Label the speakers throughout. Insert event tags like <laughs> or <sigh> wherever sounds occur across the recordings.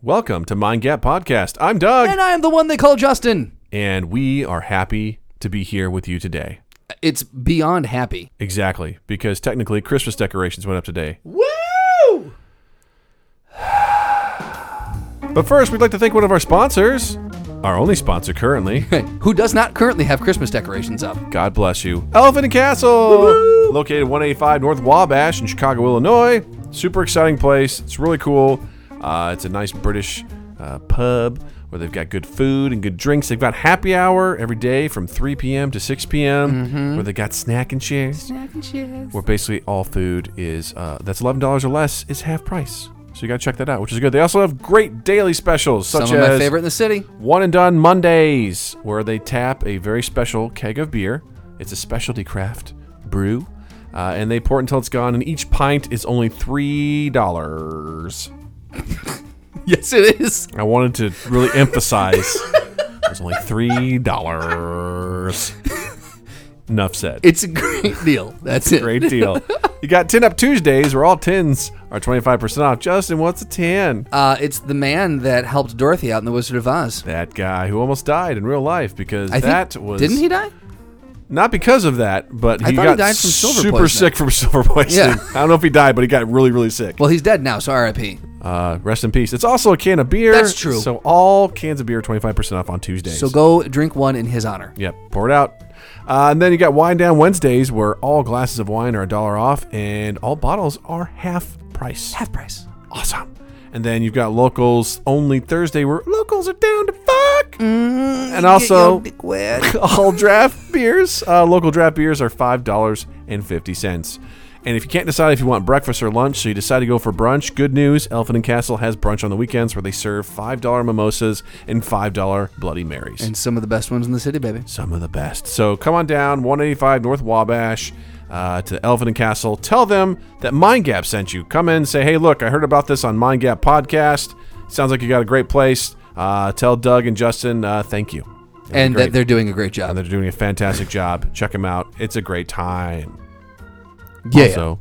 Speaker 1: Welcome to Mind Gap Podcast. I'm Doug,
Speaker 2: And I am the one they call Justin.
Speaker 1: and we are happy to be here with you today.
Speaker 2: It's beyond happy.
Speaker 1: Exactly, because technically Christmas decorations went up today.
Speaker 2: Woo!
Speaker 1: But first, we'd like to thank one of our sponsors, our only sponsor currently.
Speaker 2: Who does not currently have Christmas decorations up?
Speaker 1: God bless you. Elephant and Castle, located 185 North Wabash in Chicago, Illinois. Super exciting place. It's really cool. Uh, it's a nice British uh, pub where they've got good food and good drinks. They've got happy hour every day from 3 p.m. to 6 p.m. where they got Mm-hmm. snack and shares. Where basically all food is uh, that's eleven dollars or less is half price. So you gotta check that out, which is good. They also have great daily specials
Speaker 2: Some
Speaker 1: such
Speaker 2: of my
Speaker 1: as
Speaker 2: favorite in the city. <laughs>
Speaker 1: one and Done Mondays, where they tap a very special keg of beer. It's a specialty craft brew, uh, and they pour it until it's gone. And each pint is only three dollars.
Speaker 2: Yes, it is.
Speaker 1: I wanted to really emphasize it was only three dollars. Enough said.
Speaker 2: It's a great <laughs> deal. That's it.
Speaker 1: Great deal. you got 10 up Tuesdays where all 10s are 25% off. Justin, what's a 10?
Speaker 2: Uh, it's the man that helped Dorothy out in The Wizard of Oz.
Speaker 1: That guy who almost died in real life because that was
Speaker 2: Didn't he die?
Speaker 1: not because of that, but he
Speaker 2: thought
Speaker 1: got
Speaker 2: he died from silver
Speaker 1: super
Speaker 2: poisoning.
Speaker 1: sick from silver poisoning.
Speaker 2: <laughs> Yeah.
Speaker 1: I don't know if he died, but he got really, really sick.
Speaker 2: Well, he's dead now, so RIP.
Speaker 1: Uh, rest in peace. It's also a can of beer.
Speaker 2: That's true.
Speaker 1: So all cans of beer are 25% off on Tuesdays.
Speaker 2: So go drink one in his honor.
Speaker 1: Yep, pour it out. Uh, and then you got Wine Down Wednesdays where all glasses of wine are a dollar off and all bottles are half price.
Speaker 2: Half price.
Speaker 1: awesome. And then you've got locals only Thursday where locals are down to fuck.
Speaker 2: Mm-hmm.
Speaker 1: and also all draft beers. Uh, local draft beers are five dollars and fifty cents. And if you can't decide if you want breakfast or lunch, so you decide to go for brunch, good news, Elephant and Castle has brunch on the weekends where they serve $5 mimosas and $5 Bloody Marys
Speaker 2: <laughs> And some of the best ones in the city, baby.
Speaker 1: some of the best. So come on down, 185 North Wabash uh, to Elephant and Castle. Tell them that Mind Gap sent you. Come in, say, hey, look, I heard about this on Mind Gap podcast. Sounds like you got a great place. Uh, tell Doug and Justin, uh, thank you.
Speaker 2: And
Speaker 1: great.
Speaker 2: that they're doing a great job.
Speaker 1: And they're doing a fantastic job. Check them out. It's a great time.
Speaker 2: yeah.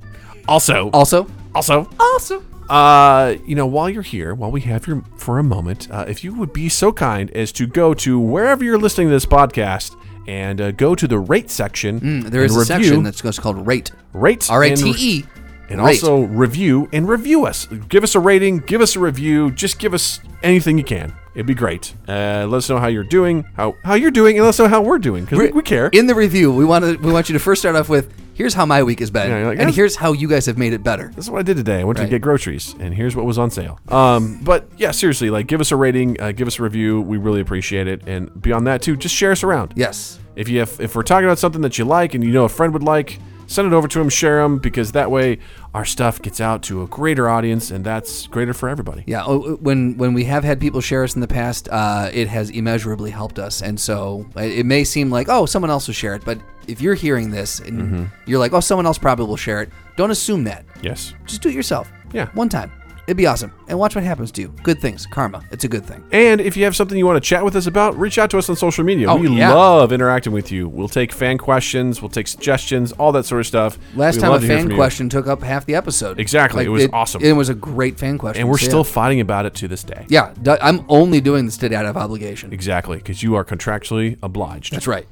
Speaker 1: Also, also,
Speaker 2: Also,
Speaker 1: also,
Speaker 2: also.
Speaker 1: uh, you know, while you're here, while we have you for a moment, uh, if you would be so kind as to go to wherever you're listening to this podcast and uh, go to the rate section,
Speaker 2: Mm, There is
Speaker 1: and
Speaker 2: a section
Speaker 1: review-
Speaker 2: that's just called rate.
Speaker 1: rate
Speaker 2: R A
Speaker 1: and
Speaker 2: T
Speaker 1: re-
Speaker 2: E.
Speaker 1: and also review and review us. Give us a rating, give us a review, just give us anything you can. It'd be great. Uh, let us know how you're doing, how how you're doing, and let us know how we're doing because we, we care.
Speaker 2: In the review, we want to we want you to first start off with here's how my week has been,
Speaker 1: you're like, "Eh."
Speaker 2: and
Speaker 1: "Yeah."
Speaker 2: here's how you guys have made it better.
Speaker 1: this is what I did today. I went
Speaker 2: Right.
Speaker 1: to get groceries, and here's what was on sale. Um, but yeah, seriously, like give us a rating, uh, give us a review. We really appreciate it. And beyond that, too, just share us around.
Speaker 2: Yes,
Speaker 1: If you have, if we're talking about something that you like and you know a friend would like, send it over to him, share them, because that way our stuff gets out to a greater audience, and that's greater for everybody.
Speaker 2: yeah. oh, When when we have had people share us in the past, uh, it has immeasurably helped us. And so uh, it it may seem like oh someone else will share it, but if you're hearing this and
Speaker 1: Mm-hmm.
Speaker 2: you're like oh someone else probably will share it, don't assume that.
Speaker 1: Yes.
Speaker 2: Just do it yourself.
Speaker 1: Yeah.
Speaker 2: one time. It'd be awesome, and watch what happens to you. Good things, karma. It's a good thing.
Speaker 1: And if you have something you want to chat with us about, reach out to us on social media.
Speaker 2: Oh,
Speaker 1: we
Speaker 2: yeah.
Speaker 1: love interacting with you. We'll take fan questions, we'll take suggestions, all that sort of stuff.
Speaker 2: Last
Speaker 1: We'd
Speaker 2: time a
Speaker 1: love to hear
Speaker 2: fan
Speaker 1: from you.
Speaker 2: question took up half the episode.
Speaker 1: Exactly. It was awesome.
Speaker 2: It was a great fan question.
Speaker 1: And we're
Speaker 2: so yeah.
Speaker 1: still fighting about it to this day.
Speaker 2: Yeah, d- I'm only doing this today out of obligation.
Speaker 1: Exactly, because you are contractually obliged.
Speaker 2: That's right.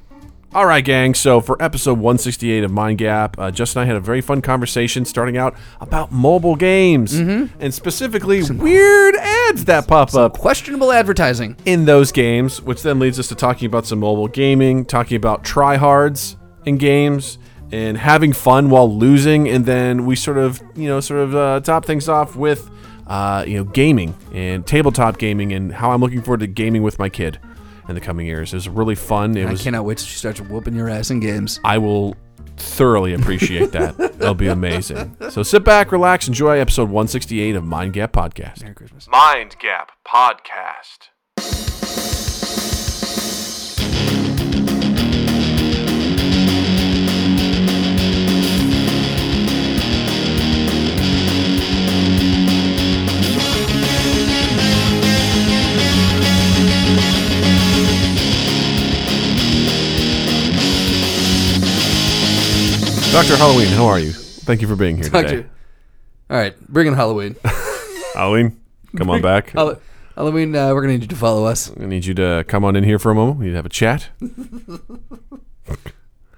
Speaker 1: All right, gang. So for episode 168 of Mind Gap, uh, Justin and I had a very fun conversation starting out about mobile games
Speaker 2: Mm-hmm.
Speaker 1: and specifically weird ads that pop up
Speaker 2: Questionable advertising.
Speaker 1: in those games, which then leads us to talking about some mobile gaming, talking about tryhards in games, and having fun while losing. And then we sort of, you know, sort of uh, top things off with, uh, you know, gaming and tabletop gaming and how I'm looking forward to gaming with my kid in the coming years. It was really fun. It
Speaker 2: I
Speaker 1: was.
Speaker 2: cannot wait till she starts whooping your ass in games.
Speaker 1: I will thoroughly appreciate that. It'll be amazing. So sit back, relax, enjoy episode 168 of Mind Gap Podcast.
Speaker 2: Merry Christmas.
Speaker 1: Mind Gap Podcast. Dr. Halloween, how are you? Thank you for being here today.
Speaker 2: All right, bring in Halloween.
Speaker 1: Halloween, come on back.
Speaker 2: Hall- Halloween, uh, we're gonna need you to follow us.
Speaker 1: I need you to come on in here for a moment. We need to have a chat.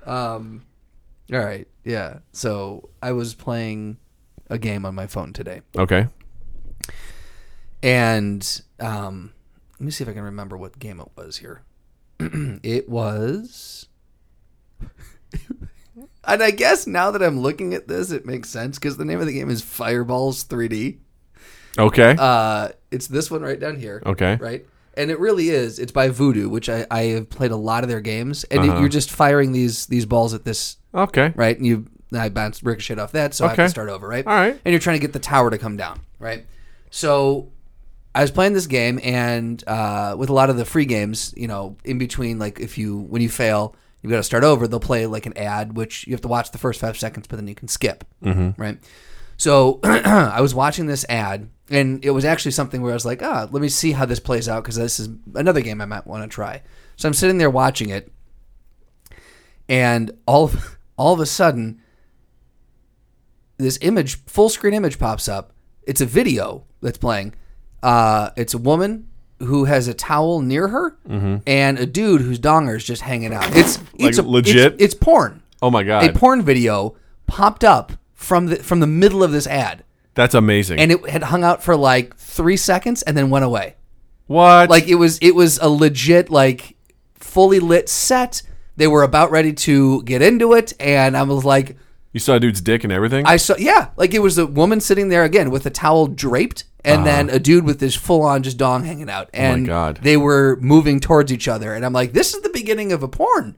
Speaker 2: Um, all right, yeah. So I was playing a game on my phone today,
Speaker 1: Okay.
Speaker 2: and um, let me see if I can remember what game it was here. <clears throat> it was, <laughs> and I guess now that I'm looking at this, it makes sense because the name of the game is Fireballs 3D.
Speaker 1: Okay.
Speaker 2: Uh, it's this one right down here.
Speaker 1: okay.
Speaker 2: right? And it really is. It's by Voodoo, which I, I have played a lot of their games, and
Speaker 1: Uh-huh.
Speaker 2: it- you're just firing these these balls at this
Speaker 1: Okay.
Speaker 2: right, and you I bounce ricochet off that, so I have
Speaker 1: Okay.
Speaker 2: to start over, right?
Speaker 1: All right.
Speaker 2: And you're trying to get the tower to come down, right? So I was playing this game, and uh, with a lot of the free games, you know, in between, like if you when you fail, you got to start over. They'll play like an ad, which you have to watch the first five seconds, but then you can skip, mm-hmm. right? So <clears throat> I was watching this ad, and it was actually something where I was like, ah, let me see how this plays out because this is another game I might want to try. So I'm sitting there watching it, and all of, all of a sudden this image full screen image pops up it's a video that's playing uh, it's a woman who has a towel near her and a dude whose donger is just hanging out it's it's a,
Speaker 1: legit?
Speaker 2: it's, it's porn
Speaker 1: Oh my
Speaker 2: a
Speaker 1: god.
Speaker 2: porn video popped up from the from the middle of this ad
Speaker 1: That's amazing.
Speaker 2: and it had hung out for like three seconds and then went away
Speaker 1: what?
Speaker 2: like it was it was a legit like fully lit set they were about ready to get into it and i was like
Speaker 1: you saw a dude's dick and everything?
Speaker 2: I saw, yeah, like it was a woman sitting there again with a towel draped, and then a dude with his full on just dong hanging out. And
Speaker 1: God.
Speaker 2: they were moving towards each other, and I'm like, this is the beginning of a porn.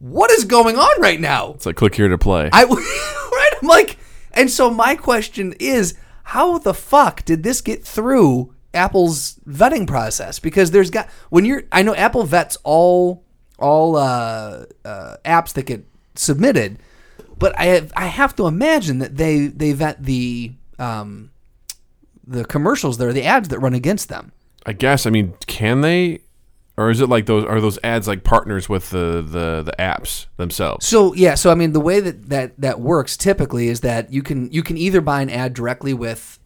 Speaker 2: what is going on right now?
Speaker 1: it's like click here to play.
Speaker 2: I <laughs> right, I'm like, and so my question is, how the fuck did this get through Apple's vetting process? Because there's got when you're, I know Apple vets all all uh, uh, apps that get submitted, but I have, I have to imagine that they they vet the um, the commercials that are the ads that run against them.
Speaker 1: I guess. I mean, can they? Or is it like those? Are those ads like partners with the the, the apps themselves?
Speaker 2: So yeah, so I mean the way that, that that works typically is that you can you can either buy an ad directly with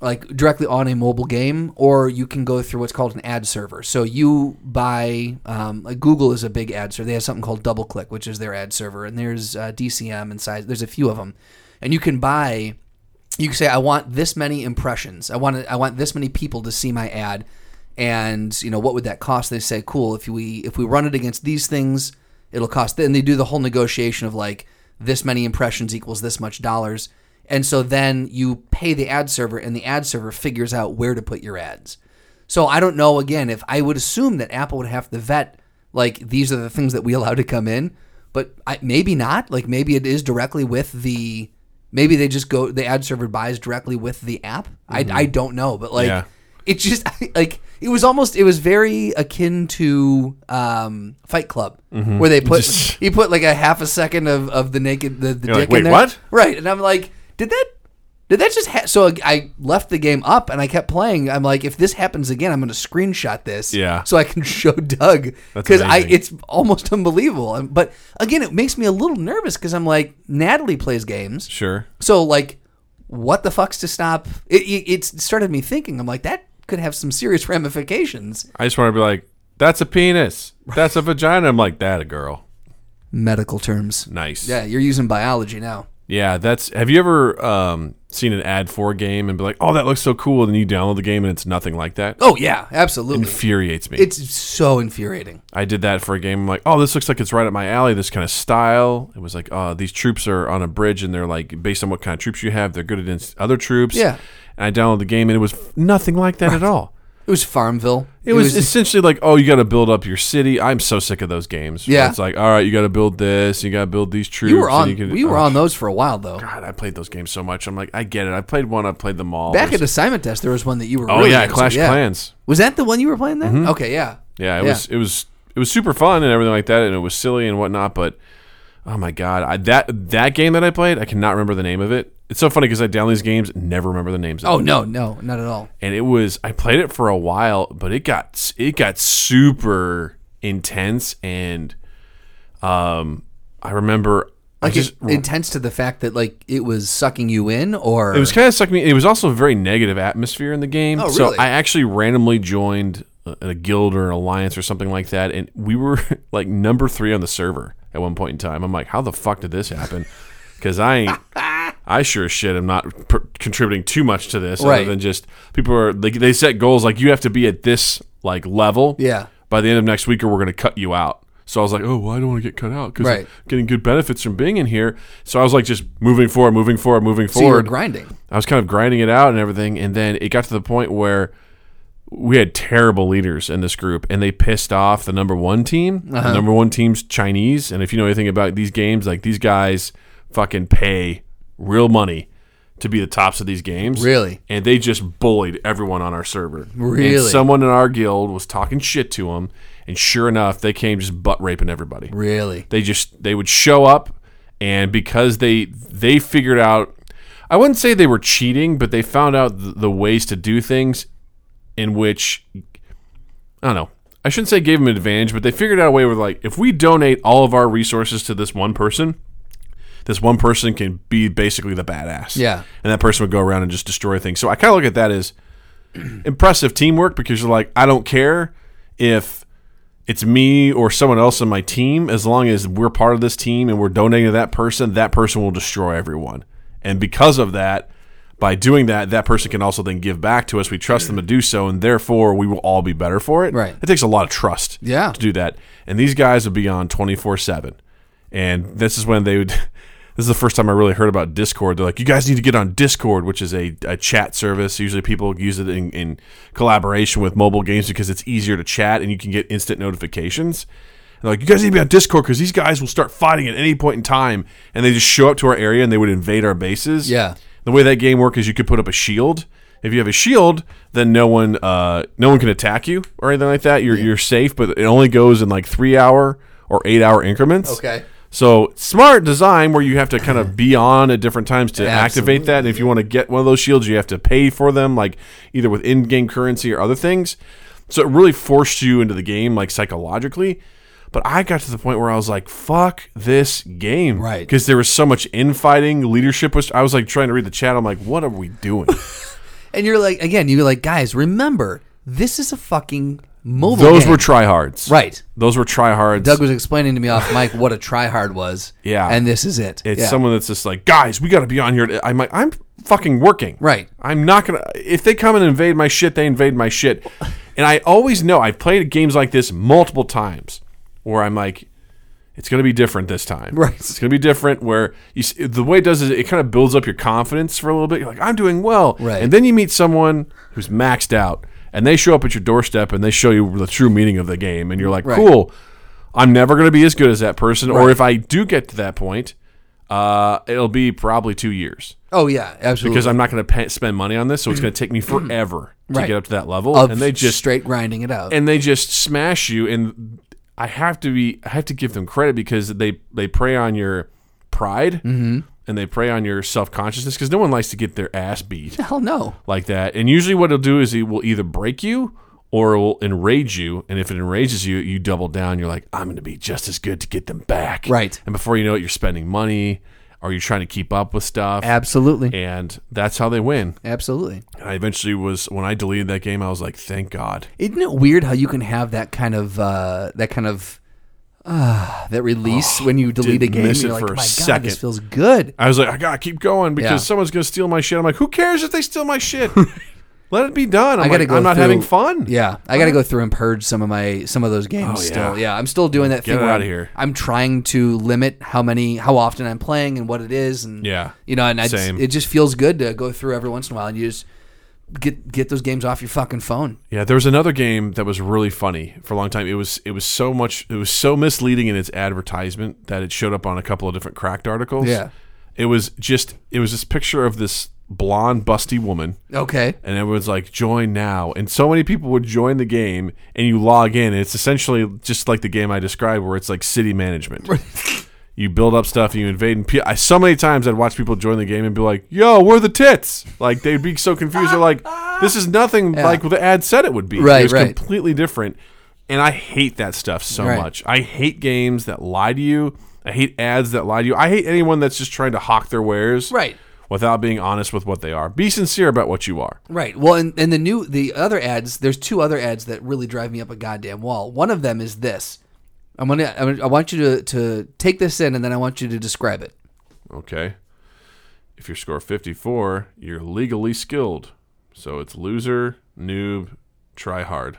Speaker 2: like directly on a mobile game or you can go through what's called an ad server. So you buy um, like Google is a big ad server. They have something called DoubleClick, which is their ad server, and there's uh, DCM and size. There's a few of them, and you can buy. You can say I want this many impressions. I want I want this many people to see my ad, and you know what would that cost? They say cool if we if we run it against these things it'll cost and they do the whole negotiation of like this many impressions equals this much dollars and so then you pay the ad server and the ad server figures out where to put your ads so i don't know again if i would assume that apple would have to vet like these are the things that we <laughs> allow to come in but I, maybe not like maybe it is directly with the maybe they just go the ad server buys directly with the app I, I don't know but like
Speaker 1: Mm-hmm. Yeah.
Speaker 2: it just <laughs> like it was almost it was very akin to um, Fight Club where they put
Speaker 1: Mm-hmm. Just-
Speaker 2: he put like a half a second of, of the naked the, the dick
Speaker 1: You're like, "Wait,
Speaker 2: in there
Speaker 1: what?"
Speaker 2: right and I'm like did that did that just ha-? so I left the game up and I kept playing I'm like if this happens again I'm gonna screenshot this
Speaker 1: Yeah.
Speaker 2: so I can <laughs> show Doug because I
Speaker 1: amazing.
Speaker 2: it's almost <laughs> unbelievable Um, but again it makes me a little nervous because I'm like Natalie plays games
Speaker 1: Sure.
Speaker 2: so like, what the fuck's to stop? It, it, it started me thinking. I'm like, that could have some serious <laughs> ramifications.
Speaker 1: I just want to be like, that's a penis. That's a vagina. I'm like, that a girl.
Speaker 2: Medical terms.
Speaker 1: Nice.
Speaker 2: Yeah, you're using biology now.
Speaker 1: Yeah, that's. Have you ever um, seen an ad for a game and be like, "Oh, that looks so cool," and then you download the game and it's nothing like that?
Speaker 2: Oh yeah, absolutely.
Speaker 1: Infuriates me.
Speaker 2: It's so infuriating.
Speaker 1: I did that for a game. I'm like, "Oh, this looks like it's right up my alley. This kind of style." It was like, "Oh, these troops are on a bridge and they're like, based on what kind of troops you have, they're good against other troops."
Speaker 2: Yeah.
Speaker 1: And I downloaded the game and it was nothing like that at all.
Speaker 2: It was Farmville.
Speaker 1: It was, essentially like, oh, you got to build up your city. I'm so sick of those games. where
Speaker 2: Yeah.
Speaker 1: It's like, all right, you got to build this. You got to build these troops.
Speaker 2: you were
Speaker 1: and
Speaker 2: on.
Speaker 1: can-
Speaker 2: we were
Speaker 1: oh,
Speaker 2: on those for a while though.
Speaker 1: God, I played those games so much. I'm like, I get it. I played one. I played them all.
Speaker 2: Back
Speaker 1: There's-
Speaker 2: at assignment test, there was one that you were.
Speaker 1: oh
Speaker 2: really
Speaker 1: yeah,
Speaker 2: into.
Speaker 1: Clash Clans.
Speaker 2: Was that the one you were playing then? Okay, yeah.
Speaker 1: Yeah, it was. It was. It was super fun and everything like that, and it was silly and whatnot. But oh my god, I, that that game that I played, I cannot remember the name of it. It's so funny because I download these games, never remember the names. of
Speaker 2: Oh no, no, not at all.
Speaker 1: and it was I played it for a while, but it got it got super intense and um I remember
Speaker 2: Like
Speaker 1: just-
Speaker 2: it, intense to the fact that like it was sucking you in, or
Speaker 1: It was kind of sucking me. It was also a very negative atmosphere in the game.
Speaker 2: Oh,
Speaker 1: So
Speaker 2: really?
Speaker 1: I actually randomly joined a, a guild or an alliance or something like that, and we were <laughs> like number three on the server at one point in time. I'm like, how the fuck did this happen? Because I
Speaker 2: <laughs>
Speaker 1: ain't. I sure as shit am not per- contributing too much to this,
Speaker 2: Right.
Speaker 1: other than just people are they, they set goals like you have to be at this like level,
Speaker 2: Yeah.
Speaker 1: By the end of next week, or we're going to cut you out. So I was like, oh, well, I don't want to get cut out because
Speaker 2: Right.
Speaker 1: getting good benefits from being in here. So I was like, just moving forward, moving forward, moving
Speaker 2: so you were
Speaker 1: forward.
Speaker 2: grinding.
Speaker 1: I was kind of grinding it out and everything, and then it got to the point where we had terrible leaders in this group, and they pissed off the number one team.
Speaker 2: Uh-huh.
Speaker 1: The number one team's Chinese, and if you know anything about these games, like these guys fucking pay real money to be the tops of these games.
Speaker 2: Really?
Speaker 1: And they just bullied everyone on our server.
Speaker 2: Really?
Speaker 1: And someone in our guild was talking shit to them, and sure enough, they came just butt raping everybody
Speaker 2: Really?
Speaker 1: they just they would show up and because they they figured out i wouldn't say they were cheating but they found out the, the ways to do things in which i don't know i shouldn't say gave them an advantage but they figured out a way where like if we donate all of our resources to this one person this one person can be basically the badass
Speaker 2: Yeah.
Speaker 1: and that person would go around and just destroy things so i kind of look at that as <clears throat> impressive teamwork because you're like i don't care if it's me or someone else on my team, as long as we're part of this team and we're donating to that person, that person will destroy everyone. And because of that, by doing that, that person can also then give back to us. We trust them to do so, and therefore we will all be better for it.
Speaker 2: Right.
Speaker 1: It takes a lot of trust
Speaker 2: Yeah.
Speaker 1: to do that. And these guys would be on 24 7. And this is when they would. <laughs> This is the first time I really heard about Discord. They're like, you guys need to get on Discord, which is a, a chat service. Usually people use it in, in collaboration with mobile games because it's easier to chat and you can get instant notifications. And they're like, you guys need to be on Discord because these guys will start fighting at any point in time. And they just show up to our area and they would invade our bases.
Speaker 2: Yeah.
Speaker 1: The way that game worked is you could put up a shield. If you have a shield, then no one uh, no one can attack you or anything like that. You're you're safe, but it only goes in like three hour or eight hour increments.
Speaker 2: Okay.
Speaker 1: So smart design where you have to kind of be on at different times to activate that. And if you want to get one of those shields, you have to pay for them, like either with in-game currency or other things. So it really forced you into the game, like psychologically. But I got to the point where I was like, "Fuck this game,"
Speaker 2: Right.
Speaker 1: Because there was so much infighting, leadership was. I was like trying to read the chat. I'm like, "What are we
Speaker 2: <laughs>
Speaker 1: doing?"
Speaker 2: And you're like, again, you're like, guys, remember, this is a fucking mobile.
Speaker 1: those
Speaker 2: game."
Speaker 1: were tryhards,
Speaker 2: right.
Speaker 1: Those were tryhards.
Speaker 2: Doug was explaining to me off mic what a tryhard was.
Speaker 1: Yeah.
Speaker 2: And this is it.
Speaker 1: It's
Speaker 2: yeah.
Speaker 1: someone that's just like, guys, we got to be on here. I'm like, I'm fucking working.
Speaker 2: Right.
Speaker 1: I'm not gonna. If they come and invade my shit, they invade my shit. And I always know I've played games like this multiple times, where I'm like, it's gonna be different this time.
Speaker 2: Right.
Speaker 1: It's gonna be different. Where you s- the way it does is it kind of builds up your confidence for a little bit. You're like, I'm doing well.
Speaker 2: Right.
Speaker 1: And then you meet someone who's maxed out, and they show up at your doorstep and they show you the true meaning of the game, and you're like, cool. I'm never going to be as good as that person, or if I do get to that point, uh, it'll be probably two years
Speaker 2: oh yeah, absolutely.
Speaker 1: because I'm not going to spend money on this, so it's going to take me
Speaker 2: <clears throat>
Speaker 1: forever to
Speaker 2: Right.
Speaker 1: get up to that level.
Speaker 2: Of
Speaker 1: and they just
Speaker 2: straight grinding it out.
Speaker 1: and they just smash you. And I have to be, I have to give them credit because they they prey on your pride
Speaker 2: Mm-hmm.
Speaker 1: and they prey on your self consciousness because no one likes to get their ass beat
Speaker 2: Hell no.
Speaker 1: like that. And usually, what it'll do is it will either break you or it will enrage you. And if it enrages you, you double down. You're like, I'm going to be just as good to get them back.
Speaker 2: Right.
Speaker 1: And before you know it, you're spending money or you're trying to keep up with stuff.
Speaker 2: Absolutely.
Speaker 1: And that's how they win.
Speaker 2: Absolutely.
Speaker 1: And I eventually was when I deleted that game, I was like, thank God.
Speaker 2: Isn't it weird how you can have that kind of uh, that kind of uh, that release when you delete a
Speaker 1: Oh, didn't
Speaker 2: game?
Speaker 1: miss
Speaker 2: and
Speaker 1: it
Speaker 2: you're like,
Speaker 1: for a
Speaker 2: my god,
Speaker 1: second."
Speaker 2: this feels good.
Speaker 1: I was like, I gotta keep going because
Speaker 2: Yeah.
Speaker 1: someone's gonna steal my shit. I'm like, who cares if they steal my shit?
Speaker 2: <laughs>
Speaker 1: Let it be done. I'm,
Speaker 2: I gotta
Speaker 1: like,
Speaker 2: go.
Speaker 1: I'm not
Speaker 2: through-
Speaker 1: having fun.
Speaker 2: Yeah, I got to go through and purge some of my some of those games.
Speaker 1: Oh,
Speaker 2: still,
Speaker 1: yeah.
Speaker 2: yeah, I'm still doing that.
Speaker 1: Get
Speaker 2: thing
Speaker 1: it
Speaker 2: where
Speaker 1: outta
Speaker 2: I'm-
Speaker 1: here.
Speaker 2: I'm trying to limit how many, how often I'm playing, and what it is, and
Speaker 1: Yeah.
Speaker 2: you know, and I just,
Speaker 1: Same.
Speaker 2: it just feels good to go through every once in a while and you just get get those games off your fucking phone.
Speaker 1: Yeah, there was another game that was really funny for a long time. It was it was so much it was so misleading in its advertisement that it showed up on a couple of different cracked articles.
Speaker 2: Yeah.
Speaker 1: It was just it was this picture of this blonde busty woman
Speaker 2: Okay,
Speaker 1: and everyone's like join now and so many people would join the game and you log in and it's essentially just like the game I described where it's like city management. <laughs> you build up stuff and you invade and pe- I, so many times I'd watch people join the game and be like, "Yo, where are the tits?" Like they'd be so confused. They're like, "This is nothing like what the ad said it would be."
Speaker 2: Right,
Speaker 1: it was
Speaker 2: right.
Speaker 1: completely different. And I hate that stuff so
Speaker 2: Right.
Speaker 1: much. I hate games that lie to you I hate ads that lie to you. I hate anyone that's just trying to hawk their wares
Speaker 2: Right.
Speaker 1: without being honest with what they are. Be sincere about what you are.
Speaker 2: Right. Well, and, and the new the other ads. There's two other ads that really drive me up a goddamn wall. One of them is this. I'm gonna. I'm gonna I want you to to take this in, and then I want you to describe it.
Speaker 1: Okay. If you score 54, you're legally skilled. So it's loser, noob, try hard.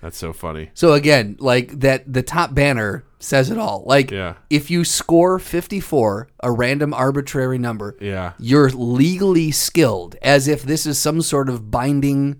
Speaker 1: That's so funny.
Speaker 2: So again, like that, the top banner says it all. Like,
Speaker 1: Yeah.
Speaker 2: if you score 54, a random arbitrary number,
Speaker 1: Yeah.
Speaker 2: you're legally skilled, as if this is some sort of binding,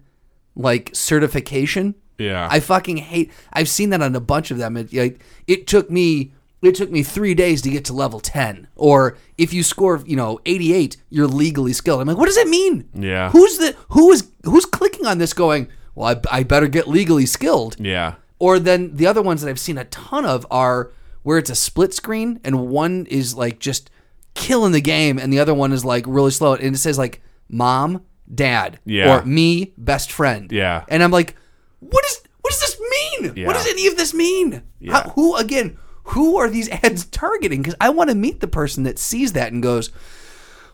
Speaker 2: like certification.
Speaker 1: Yeah.
Speaker 2: I fucking hate. I've seen that on a bunch of them. It like, it took me it took me three days to get to level ten. Or if you score, you know, eighty eight, you're legally skilled. I'm like, what does that mean?
Speaker 1: Yeah.
Speaker 2: Who's the who is who's clicking on this? Going, well, I, I better get legally skilled.
Speaker 1: yeah.
Speaker 2: Or then the other ones that I've seen a ton of are where it's a split screen and one is like just killing the game and the other one is like really slow and it says like mom, dad,
Speaker 1: Yeah.
Speaker 2: or me, best friend.
Speaker 1: Yeah.
Speaker 2: And I'm like, what is what does this mean?
Speaker 1: Yeah.
Speaker 2: What does any of this mean? How, who again? Who are these <laughs> ads targeting? Because I want to meet the person that sees that and goes,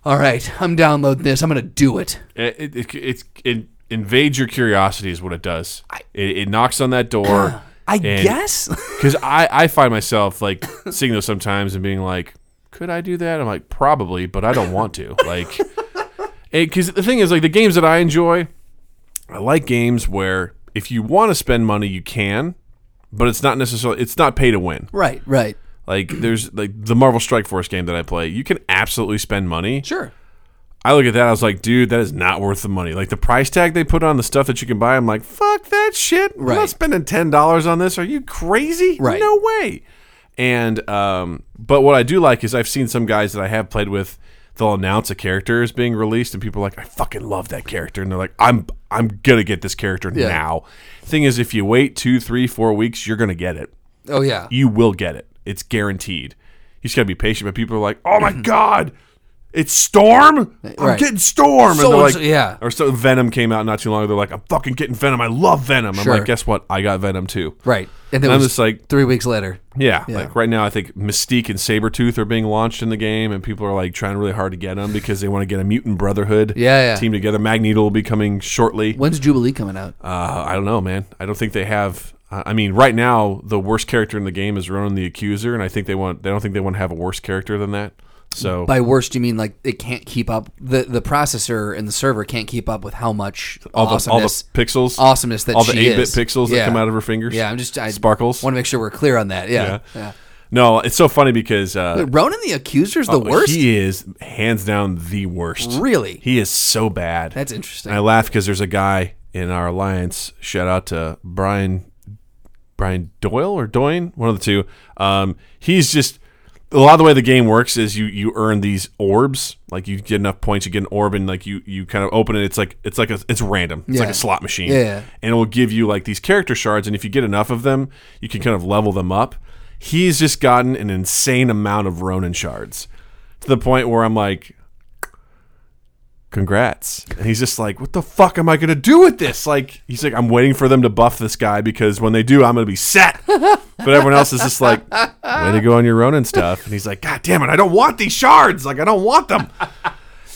Speaker 2: "All right, I'm downloading this. I'm gonna do it."
Speaker 1: It, it, it, it invades your curiosity, is what it does. it, it knocks on that
Speaker 2: <clears throat>
Speaker 1: door.
Speaker 2: I guess. <laughs>
Speaker 1: Because I, I find myself like seeing those sometimes and being like, could I do that? I'm like, probably, but I don't want to. Like, because the thing is, like, the games that I enjoy, I like games where if you want to spend money, you can, but it's not necessarily, it's not pay to win.
Speaker 2: right. Right.
Speaker 1: Like, there's like the Marvel Strike Force game that I play, you can absolutely spend money.
Speaker 2: Sure.
Speaker 1: I look at that, I was like, dude, that is not worth the money. Like the price tag they put on the stuff that you can buy, I'm like, fuck that shit. We're
Speaker 2: Right.
Speaker 1: not spending ten dollars on this. Are you crazy?
Speaker 2: Right.
Speaker 1: No way. And um, but what I do like is I've seen some guys that I have played with. They'll announce a character is being released, and people are like, I fucking love that character, and they're like, I'm I'm gonna get this character now. Thing is, if you wait two, three, four weeks, you're gonna get it
Speaker 2: Oh yeah.
Speaker 1: you will get it. It's guaranteed. You just gotta be patient. But people are like, "Oh
Speaker 2: <laughs>
Speaker 1: my god, it's Storm! I'm
Speaker 2: Right.
Speaker 1: getting Storm!"
Speaker 2: So
Speaker 1: and they're
Speaker 2: it's-
Speaker 1: like,
Speaker 2: yeah.
Speaker 1: Or so Venom came out not too long ago. They're like, "I'm fucking getting Venom. I love Venom." I'm
Speaker 2: Sure.
Speaker 1: like, "Guess what? I got Venom too."
Speaker 2: Right. And
Speaker 1: And
Speaker 2: then it
Speaker 1: I'm
Speaker 2: was
Speaker 1: just like,
Speaker 2: three weeks later.
Speaker 1: yeah, like right now, I think Mystique and Sabretooth are being launched in the game, and people are like trying really hard to get them because they want to get a mutant brotherhood
Speaker 2: Yeah, yeah.
Speaker 1: team together. Magneto will be coming shortly.
Speaker 2: When's Jubilee coming out?
Speaker 1: Uh, I don't know, man. I don't think they have. I I mean, right now the worst character in the game is Ronan the Accuser, and I think they want. They don't think they want to have a worse character than that. So
Speaker 2: By worst, you mean like it can't keep up. the The processor and the server can't keep up with how much
Speaker 1: all the all the
Speaker 2: awesomeness,
Speaker 1: pixels,
Speaker 2: awesomeness that
Speaker 1: all the
Speaker 2: she
Speaker 1: eight bit
Speaker 2: is.
Speaker 1: pixels
Speaker 2: yeah.
Speaker 1: that come out of her fingers.
Speaker 2: Yeah, I'm just I
Speaker 1: sparkles.
Speaker 2: Want to make sure we're clear on that. Yeah. yeah.
Speaker 1: No, it's so funny because uh,
Speaker 2: Ronan the Accuser's the worst.
Speaker 1: Oh, He is hands down the worst.
Speaker 2: Really?
Speaker 1: he is so bad.
Speaker 2: That's
Speaker 1: And I
Speaker 2: interesting.
Speaker 1: laugh because there's a guy in our alliance. Shout out to Brian, Brian Doyle or Doyne, one of the two. Um, he's just a lot of the way the game works is you you earn these orbs. Like you get enough points, you get an orb, and like you you kind of open it. It's like it's like a it's random. It's like
Speaker 2: Yeah.
Speaker 1: a slot machine.
Speaker 2: Yeah.
Speaker 1: and it will give you like these character shards, and if you get enough of them, you can kind of level them up. He's just gotten an insane amount of Ronin shards to the point where I'm like, congrats. And he's just like, what the fuck am I going to do with this? Like, he's like, I'm waiting for them to buff this guy because when they do, I'm going to be set. But everyone else is just like, way to go on your Ronin stuff. And he's like, God damn it, I don't want these shards. Like, I don't want them.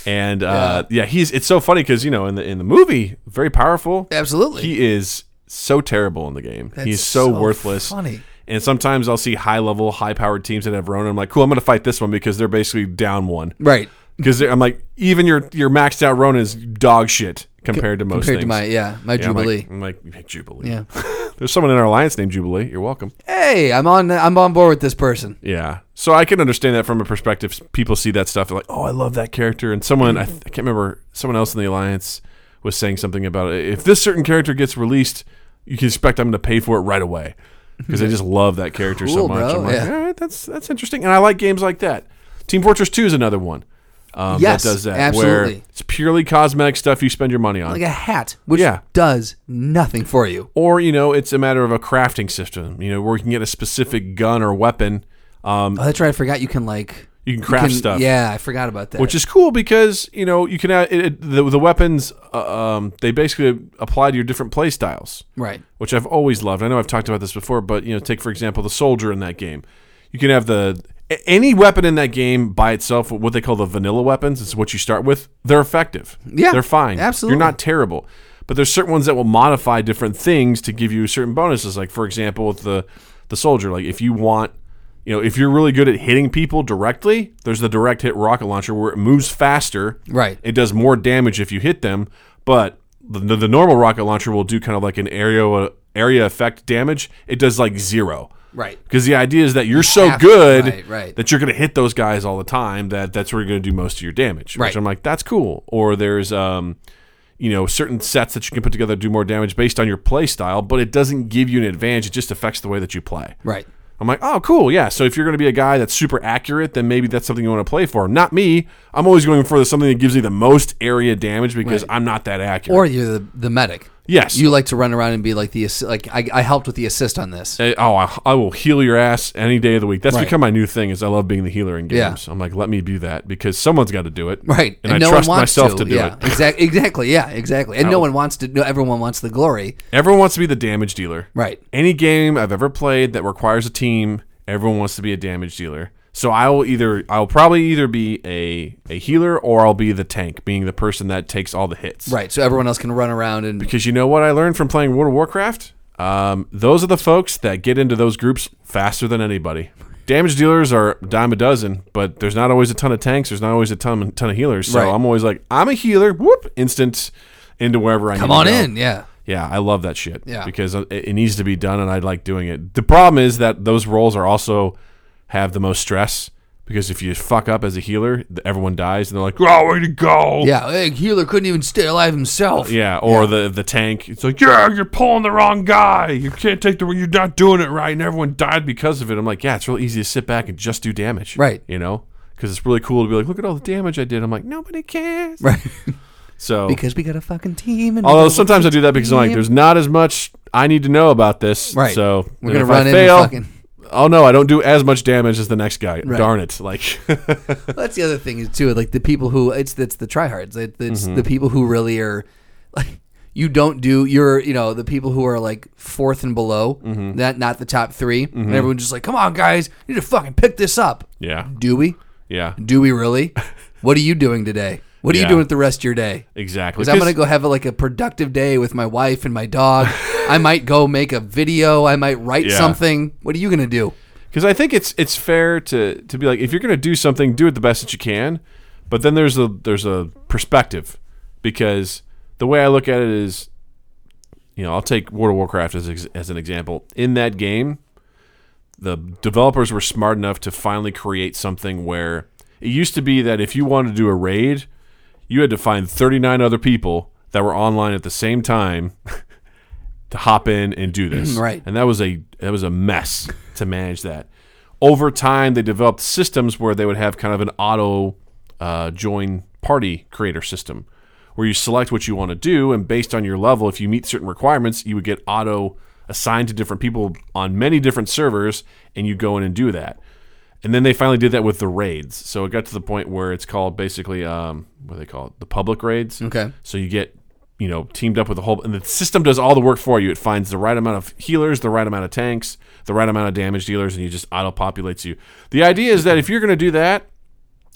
Speaker 1: And uh, yeah. he's it's so funny because you know in the in the movie, very powerful.
Speaker 2: Absolutely.
Speaker 1: he is so terrible in the game. he's so,
Speaker 2: so
Speaker 1: worthless.
Speaker 2: funny.
Speaker 1: And sometimes I'll see high level, high powered teams that have Ronin. I'm like, cool, I'm going to fight this one because they're basically down
Speaker 2: <laughs>
Speaker 1: one
Speaker 2: right.
Speaker 1: because I'm like, even your your maxed out Ronin is dog shit compared to most
Speaker 2: Compared
Speaker 1: things.
Speaker 2: to my yeah my
Speaker 1: Yeah, I'm like-
Speaker 2: Jubilee.
Speaker 1: I'm like, "Yeah, Jubilee.
Speaker 2: Yeah.
Speaker 1: <laughs> There's someone in our alliance named Jubilee. You're welcome.
Speaker 2: hey, I'm on. I'm on board with this person.
Speaker 1: Yeah. So I can understand that from a perspective. People see that stuff. They're like, oh, I love that character. And someone, I, th- I can't remember, someone else in the alliance was saying something about it. If this certain character gets released, you can expect I'm going to pay for it right away because I just love that character so
Speaker 2: Cool,
Speaker 1: much.
Speaker 2: bro.
Speaker 1: I'm like,
Speaker 2: Yeah.
Speaker 1: all right, that's that's interesting. And I like games like that. Team Fortress 2 is another one. Um,
Speaker 2: Yes,
Speaker 1: that does that where
Speaker 2: absolutely.
Speaker 1: it's purely cosmetic stuff you spend your money on
Speaker 2: Like a hat, which
Speaker 1: Yeah.
Speaker 2: does nothing for you.
Speaker 1: or you know it's a matter of a crafting system you know where you can get a specific gun or weapon um,
Speaker 2: Oh, that's right. I forgot you can like
Speaker 1: you can craft
Speaker 2: can-
Speaker 1: stuff
Speaker 2: Yeah, I forgot about that.
Speaker 1: which is cool because you know you can add, it, it, the, the weapons uh, um, they basically apply to your different play styles
Speaker 2: right.
Speaker 1: which I've always loved. I know I've talked about this before, but you know, take for example the soldier in that game. You can have the a- any weapon in that game by itself. What they call the vanilla weapons is what you start with. They're effective.
Speaker 2: Yeah,
Speaker 1: they're fine.
Speaker 2: absolutely.
Speaker 1: you're not terrible. But there's certain ones that will modify different things to give you certain bonuses. Like for example, with the the soldier, like if you want, you know, if you're really good at hitting people directly, there's the direct hit rocket launcher where it moves faster.
Speaker 2: Right.
Speaker 1: It does more damage if you hit them, but the, the, the normal rocket launcher will do kind of like an area area effect damage. It does like zero.
Speaker 2: Right.
Speaker 1: Because the idea is that you're so
Speaker 2: have to-
Speaker 1: good
Speaker 2: right, right.
Speaker 1: that you're going to hit those guys all the time. That that's where you're going to do most of your damage.
Speaker 2: Right.
Speaker 1: Which I'm like, that's cool. Or there's um, you know, certain sets that you can put together to do more damage based on your play style, but it doesn't give you an advantage. It just affects the way that you play.
Speaker 2: Right.
Speaker 1: I'm like, oh, cool, yeah. So if you're going to be a guy that's super accurate, then maybe that's something you want to play for. Not me. I'm always going for something that gives me the most area damage because I'm not that accurate.
Speaker 2: Or you're the, the medic.
Speaker 1: yes,
Speaker 2: You like to run around and be like the assi- like I, I helped with the assist on this.
Speaker 1: Uh, oh, I, I will heal your ass any day of the week. That's
Speaker 2: Right.
Speaker 1: become my new thing. Is I love being the healer in
Speaker 2: Yeah.
Speaker 1: games. I'm like, let me do that because someone's got to do it,
Speaker 2: Right.
Speaker 1: And, I trust myself to, do
Speaker 2: yeah,
Speaker 1: it.
Speaker 2: Exactly. Exactly. Yeah. Exactly. And no one wants to. No, everyone wants the glory.
Speaker 1: Everyone wants to be the damage dealer.
Speaker 2: Right.
Speaker 1: Any game I've ever played that requires a team, everyone wants to be a damage dealer. So I will either I'll probably either be a a healer or I'll be the tank, being the person that takes all the hits.
Speaker 2: Right. So everyone else can run around and
Speaker 1: Because you know what I learned from playing World of Warcraft? Um, those are the folks that get into those groups faster than anybody. Damage dealers are a dime a dozen, but there's not always a ton of tanks. There's not always a ton, ton of healers. So
Speaker 2: Right.
Speaker 1: I'm always like, I'm a healer. Whoop! Instant into wherever I
Speaker 2: come
Speaker 1: need
Speaker 2: on
Speaker 1: to go.
Speaker 2: in. Yeah.
Speaker 1: Yeah, I love that shit.
Speaker 2: Yeah.
Speaker 1: because uh, it, it needs to be done, and I like doing it. The problem is that those roles are also have the most stress because if you fuck up as a healer, th- everyone dies, and they're like, "Oh, way to go!"
Speaker 2: Yeah. Hey, healer couldn't even stay alive himself.
Speaker 1: Yeah, or the the tank. It's like, yeah, you're pulling the wrong guy. You can't take the. You're not doing it right, and everyone died because of it. I'm like, yeah, it's really easy to sit back and just do damage,
Speaker 2: Right.
Speaker 1: You know, because it's really cool to be like, look at all the damage I did. I'm like, nobody cares.
Speaker 2: Right. <laughs>
Speaker 1: So,
Speaker 2: because we got a fucking team. And
Speaker 1: Oh. although sometimes I do that because I'm like, there's not as much I need to know about this.
Speaker 2: Right.
Speaker 1: So
Speaker 2: We're
Speaker 1: and
Speaker 2: gonna
Speaker 1: if
Speaker 2: run
Speaker 1: I
Speaker 2: in and
Speaker 1: fail,
Speaker 2: fucking-
Speaker 1: Oh no, I don't do as much damage as the next guy. Darn it! Like, <laughs>
Speaker 2: that's the other thing is too. Like the people who it's it's the tryhards. It, it's
Speaker 1: Mm-hmm.
Speaker 2: the people who really are. Like, you don't do you're you know the people who are like fourth and below.
Speaker 1: Mm-hmm.
Speaker 2: That not the top 3 And everyone's just like, come on, guys, you need to fucking pick this up.
Speaker 1: yeah,
Speaker 2: Do we?
Speaker 1: yeah,
Speaker 2: Do we really?
Speaker 1: <laughs>
Speaker 2: What are you doing today? What are you
Speaker 1: Yeah.
Speaker 2: doing with the rest of your day?
Speaker 1: exactly.
Speaker 2: Because I'm
Speaker 1: 'Cause-
Speaker 2: gonna go have like a productive day with my wife and my
Speaker 1: <laughs>
Speaker 2: dog. I might go make a video. I might write
Speaker 1: Yeah.
Speaker 2: something. What are you gonna do?
Speaker 1: because I think it's it's fair to to be like if you're going to do something, do it the best that you can. But then there's a there's a perspective because the way I look at it is, you know, I'll take World of Warcraft as ex- as an example. In that game, the developers were smart enough to finally create something where it used to be that if you wanted to do a raid, you had to find 39 other people that were online at the same time <laughs> to hop in and do this.
Speaker 2: Right.
Speaker 1: And that was a that was a mess to manage that. Over time, they developed systems where they would have kind of an auto uh, join party creator system, where you select what you want to do, and based on your level, if you meet certain requirements, you would get auto assigned to different people on many different servers, and you go in and do that. And then they finally did that with the raids. So it got to the point where it's called basically um, what do they call it? The public raids.
Speaker 2: Okay.
Speaker 1: So you get, you know, teamed up with a whole, and the system does all the work for you. It finds the right amount of healers, the right amount of tanks, the right amount of damage dealers, and you just auto populates you. The idea is that if you're going to do that,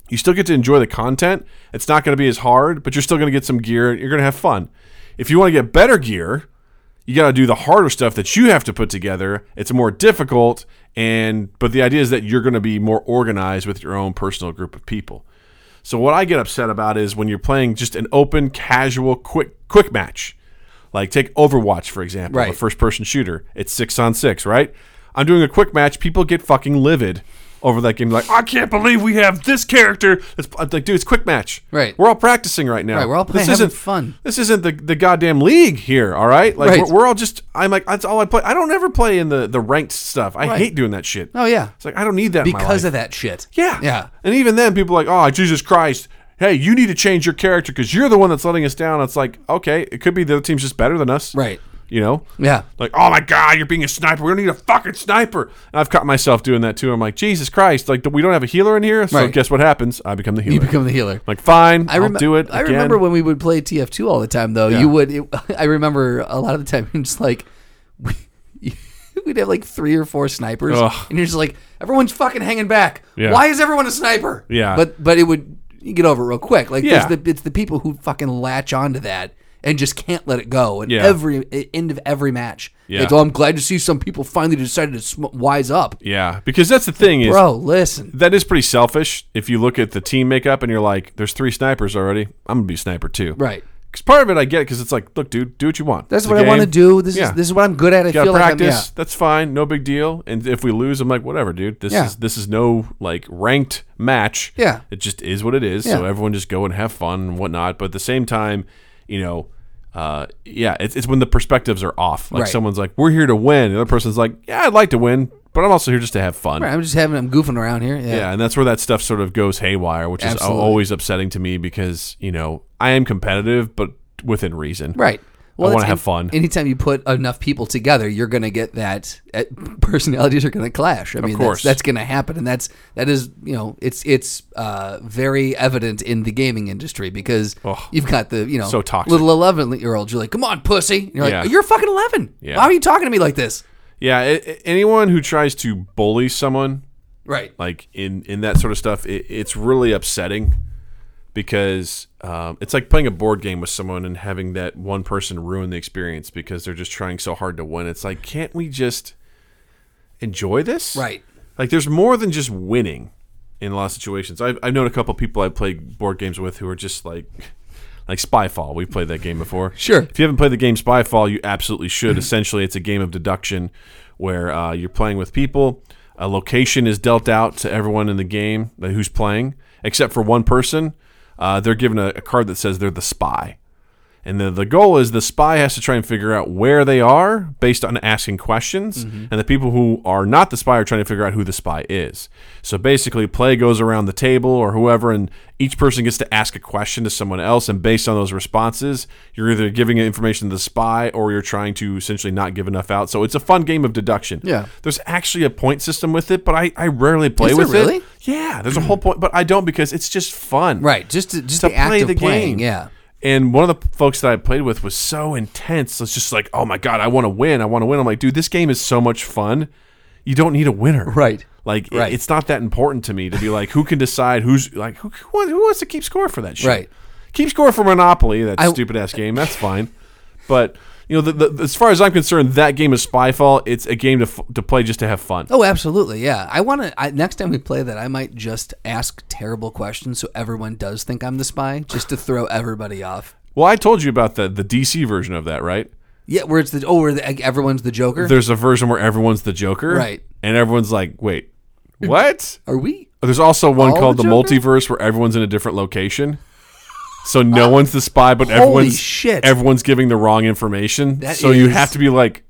Speaker 1: you still get to enjoy the content. It's not going to be as hard, but you're still going to get some gear. You're going to have fun. If you want to get better gear, you got to do the harder stuff that you have to put together. It's more difficult, and but the idea is that you're going to be more organized with your own personal group of people. So what I get upset about is when you're playing just an open, casual, quick, quick match. Like take Overwatch for example,
Speaker 2: Right.
Speaker 1: a first-person shooter. It's six on six, right? I'm doing a quick match. People get fucking livid over that game. Like, I can't believe we have this character. It's I'm like, dude, it's quick match.
Speaker 2: Right.
Speaker 1: We're all practicing right now.
Speaker 2: Right, we're all playing-
Speaker 1: This
Speaker 2: having
Speaker 1: isn't
Speaker 2: fun.
Speaker 1: This isn't the, the goddamn league here. All right. Like
Speaker 2: Right.
Speaker 1: we're, we're all just. I'm like that's all I play. I don't ever play in the the ranked stuff. I hate doing that shit.
Speaker 2: Oh yeah,
Speaker 1: It's like I don't need that in my life.
Speaker 2: because of that shit.
Speaker 1: Yeah.
Speaker 2: yeah.
Speaker 1: And even then, people are like, oh, Jesus Christ. Hey, you need to change your character because you're the one that's letting us down. It's like, okay, it could be the other team's just better than us.
Speaker 2: Right.
Speaker 1: You know?
Speaker 2: Yeah.
Speaker 1: Like, oh my God, you're being a sniper. We don't need a fucking sniper. And I've caught myself doing that too. I'm like, Jesus Christ. Like, we don't have a healer in here. So
Speaker 2: Right.
Speaker 1: guess what happens? I become the healer.
Speaker 2: You become the healer.
Speaker 1: like, fine. I will
Speaker 2: remem-
Speaker 1: do it.
Speaker 2: I
Speaker 1: again.
Speaker 2: remember when we would play TF2 <laughs> all the time, though.
Speaker 1: Yeah.
Speaker 2: <laughs> You would. It, I remember a lot of the time, just like we, <laughs> we'd have like three or four snipers,
Speaker 1: Ugh.
Speaker 2: and you're just like, everyone's fucking hanging back.
Speaker 1: Yeah.
Speaker 2: Why is everyone a sniper?
Speaker 1: Yeah.
Speaker 2: but but it would you get over it real quick. Like
Speaker 1: Yeah.
Speaker 2: there's the, it's the people who fucking latch onto that and just can't let it go. At
Speaker 1: Yeah.
Speaker 2: every at end of every match,
Speaker 1: Yeah.
Speaker 2: It's, oh, I'm glad to see some people finally decided to sm- wise up,
Speaker 1: Yeah, because that's the thing is
Speaker 2: bro. Listen,
Speaker 1: that is pretty selfish. If you look at the team makeup and you're like, "There's three snipers already. I'm gonna be sniper too."
Speaker 2: right.
Speaker 1: Because part of it I get because it's like, look, dude, do what you want.
Speaker 2: That's
Speaker 1: It's a
Speaker 2: what I want to
Speaker 1: game.
Speaker 2: do. This
Speaker 1: Yeah.
Speaker 2: is this is what I'm good at. I
Speaker 1: You gotta
Speaker 2: feel like I'm,
Speaker 1: practice.
Speaker 2: yeah.
Speaker 1: That's fine. No big deal. And if we lose, I'm like, whatever, dude. This
Speaker 2: Yeah.
Speaker 1: is this is no like ranked match.
Speaker 2: Yeah.
Speaker 1: It just is what it is. So
Speaker 2: Yeah.
Speaker 1: everyone just go and have fun and whatnot. But at the same time, you know, uh, yeah, it's, it's when the perspectives are off. Like
Speaker 2: Right.
Speaker 1: someone's like, we're here to win. The other person's like, yeah, I'd like to win, but I'm also here just to have fun.
Speaker 2: Right, I'm just having I'm goofing around here. Yeah.
Speaker 1: Yeah, and that's where that stuff sort of goes haywire, which
Speaker 2: Absolutely.
Speaker 1: is always upsetting to me because you know I am competitive, but within reason.
Speaker 2: Right.
Speaker 1: I want to
Speaker 2: that's-
Speaker 1: have fun.
Speaker 2: Anytime you put enough people together, you're going to get that uh, personalities are going to clash. I mean, that's-
Speaker 1: course.
Speaker 2: that's, going to happen, and that's that is you know it's it's uh, very evident in the gaming industry because you've got the you know
Speaker 1: So toxic.
Speaker 2: little eleven year olds. You're like, come on, pussy. And you're like,
Speaker 1: Yeah.
Speaker 2: you're fucking eleven.
Speaker 1: Yeah.
Speaker 2: Why are you talking to me like this?
Speaker 1: Yeah, a- a- anyone who tries to bully someone
Speaker 2: Right.
Speaker 1: like in in that sort of stuff, it, it's really upsetting because um, it's like playing a board game with someone and having that one person ruin the experience because they're just trying so hard to win. It's like, can't we just enjoy this?
Speaker 2: Right.
Speaker 1: Like, there's more than just winning in a lot of situations. I've, I've known a couple people I played board games with who are just like. Like Spyfall, we played that game before.
Speaker 2: Sure.
Speaker 1: If you haven't played the game Spyfall, you absolutely should. Essentially, it's a game of deduction where uh, you're playing with people. A location is dealt out to everyone in the game that- who's playing, except for one person. Uh, they're given a, a card that says they're the spy. And the, the goal is the spy has to try and figure out where they are based on asking questions.
Speaker 2: Mm-hmm.
Speaker 1: And the people who are not the spy are trying to figure out who the spy is. So basically, play goes around the table or whoever, and each person gets to ask a question to someone else. And based on those responses, you're either giving information to the spy or you're trying to essentially not give enough out. So it's a fun game of deduction.
Speaker 2: Yeah.
Speaker 1: There's actually a point system with it, but I, I rarely play
Speaker 2: Is there
Speaker 1: with
Speaker 2: really?
Speaker 1: it. Yeah, there's a whole point, but I don't because it's just fun
Speaker 2: Right. Just to, just the act of playing. Yeah.
Speaker 1: and one of the folks that I played with was so intense. It's just like, oh my god, I want to win. I want to win. I'm like, dude, this game is so much fun. You don't need a winner,
Speaker 2: Right.
Speaker 1: Like, it-
Speaker 2: Right.
Speaker 1: it's not that important to me to be like, who can decide who's like who who wants- who wants to keep score for that shit?
Speaker 2: Right.
Speaker 1: Keep score for Monopoly, that
Speaker 2: I-
Speaker 1: stupid ass game. That's fine, but. You know, the, the, as far as I'm concerned, that game is Spyfall. It's a game to, f- to play just to have fun.
Speaker 2: Oh, absolutely. Yeah. I want to. I, next time we play that, I might just ask terrible questions so everyone does think I'm the spy, just to throw everybody off.
Speaker 1: Well, I told you about the, the DC version of that, right?
Speaker 2: Yeah, where it's the oh, where the, everyone's the Joker.
Speaker 1: There's a version where everyone's the Joker,
Speaker 2: Right.
Speaker 1: And everyone's like, "Wait,
Speaker 2: <laughs>
Speaker 1: what?"
Speaker 2: Are we?
Speaker 1: There's also one
Speaker 2: All
Speaker 1: called
Speaker 2: the
Speaker 1: the,
Speaker 2: Joker?
Speaker 1: Multiverse where everyone's in a different location. So no one's the spy, but everyone's
Speaker 2: shit.
Speaker 1: everyone's giving the wrong information.
Speaker 2: That
Speaker 1: so you
Speaker 2: is-
Speaker 1: have to be like,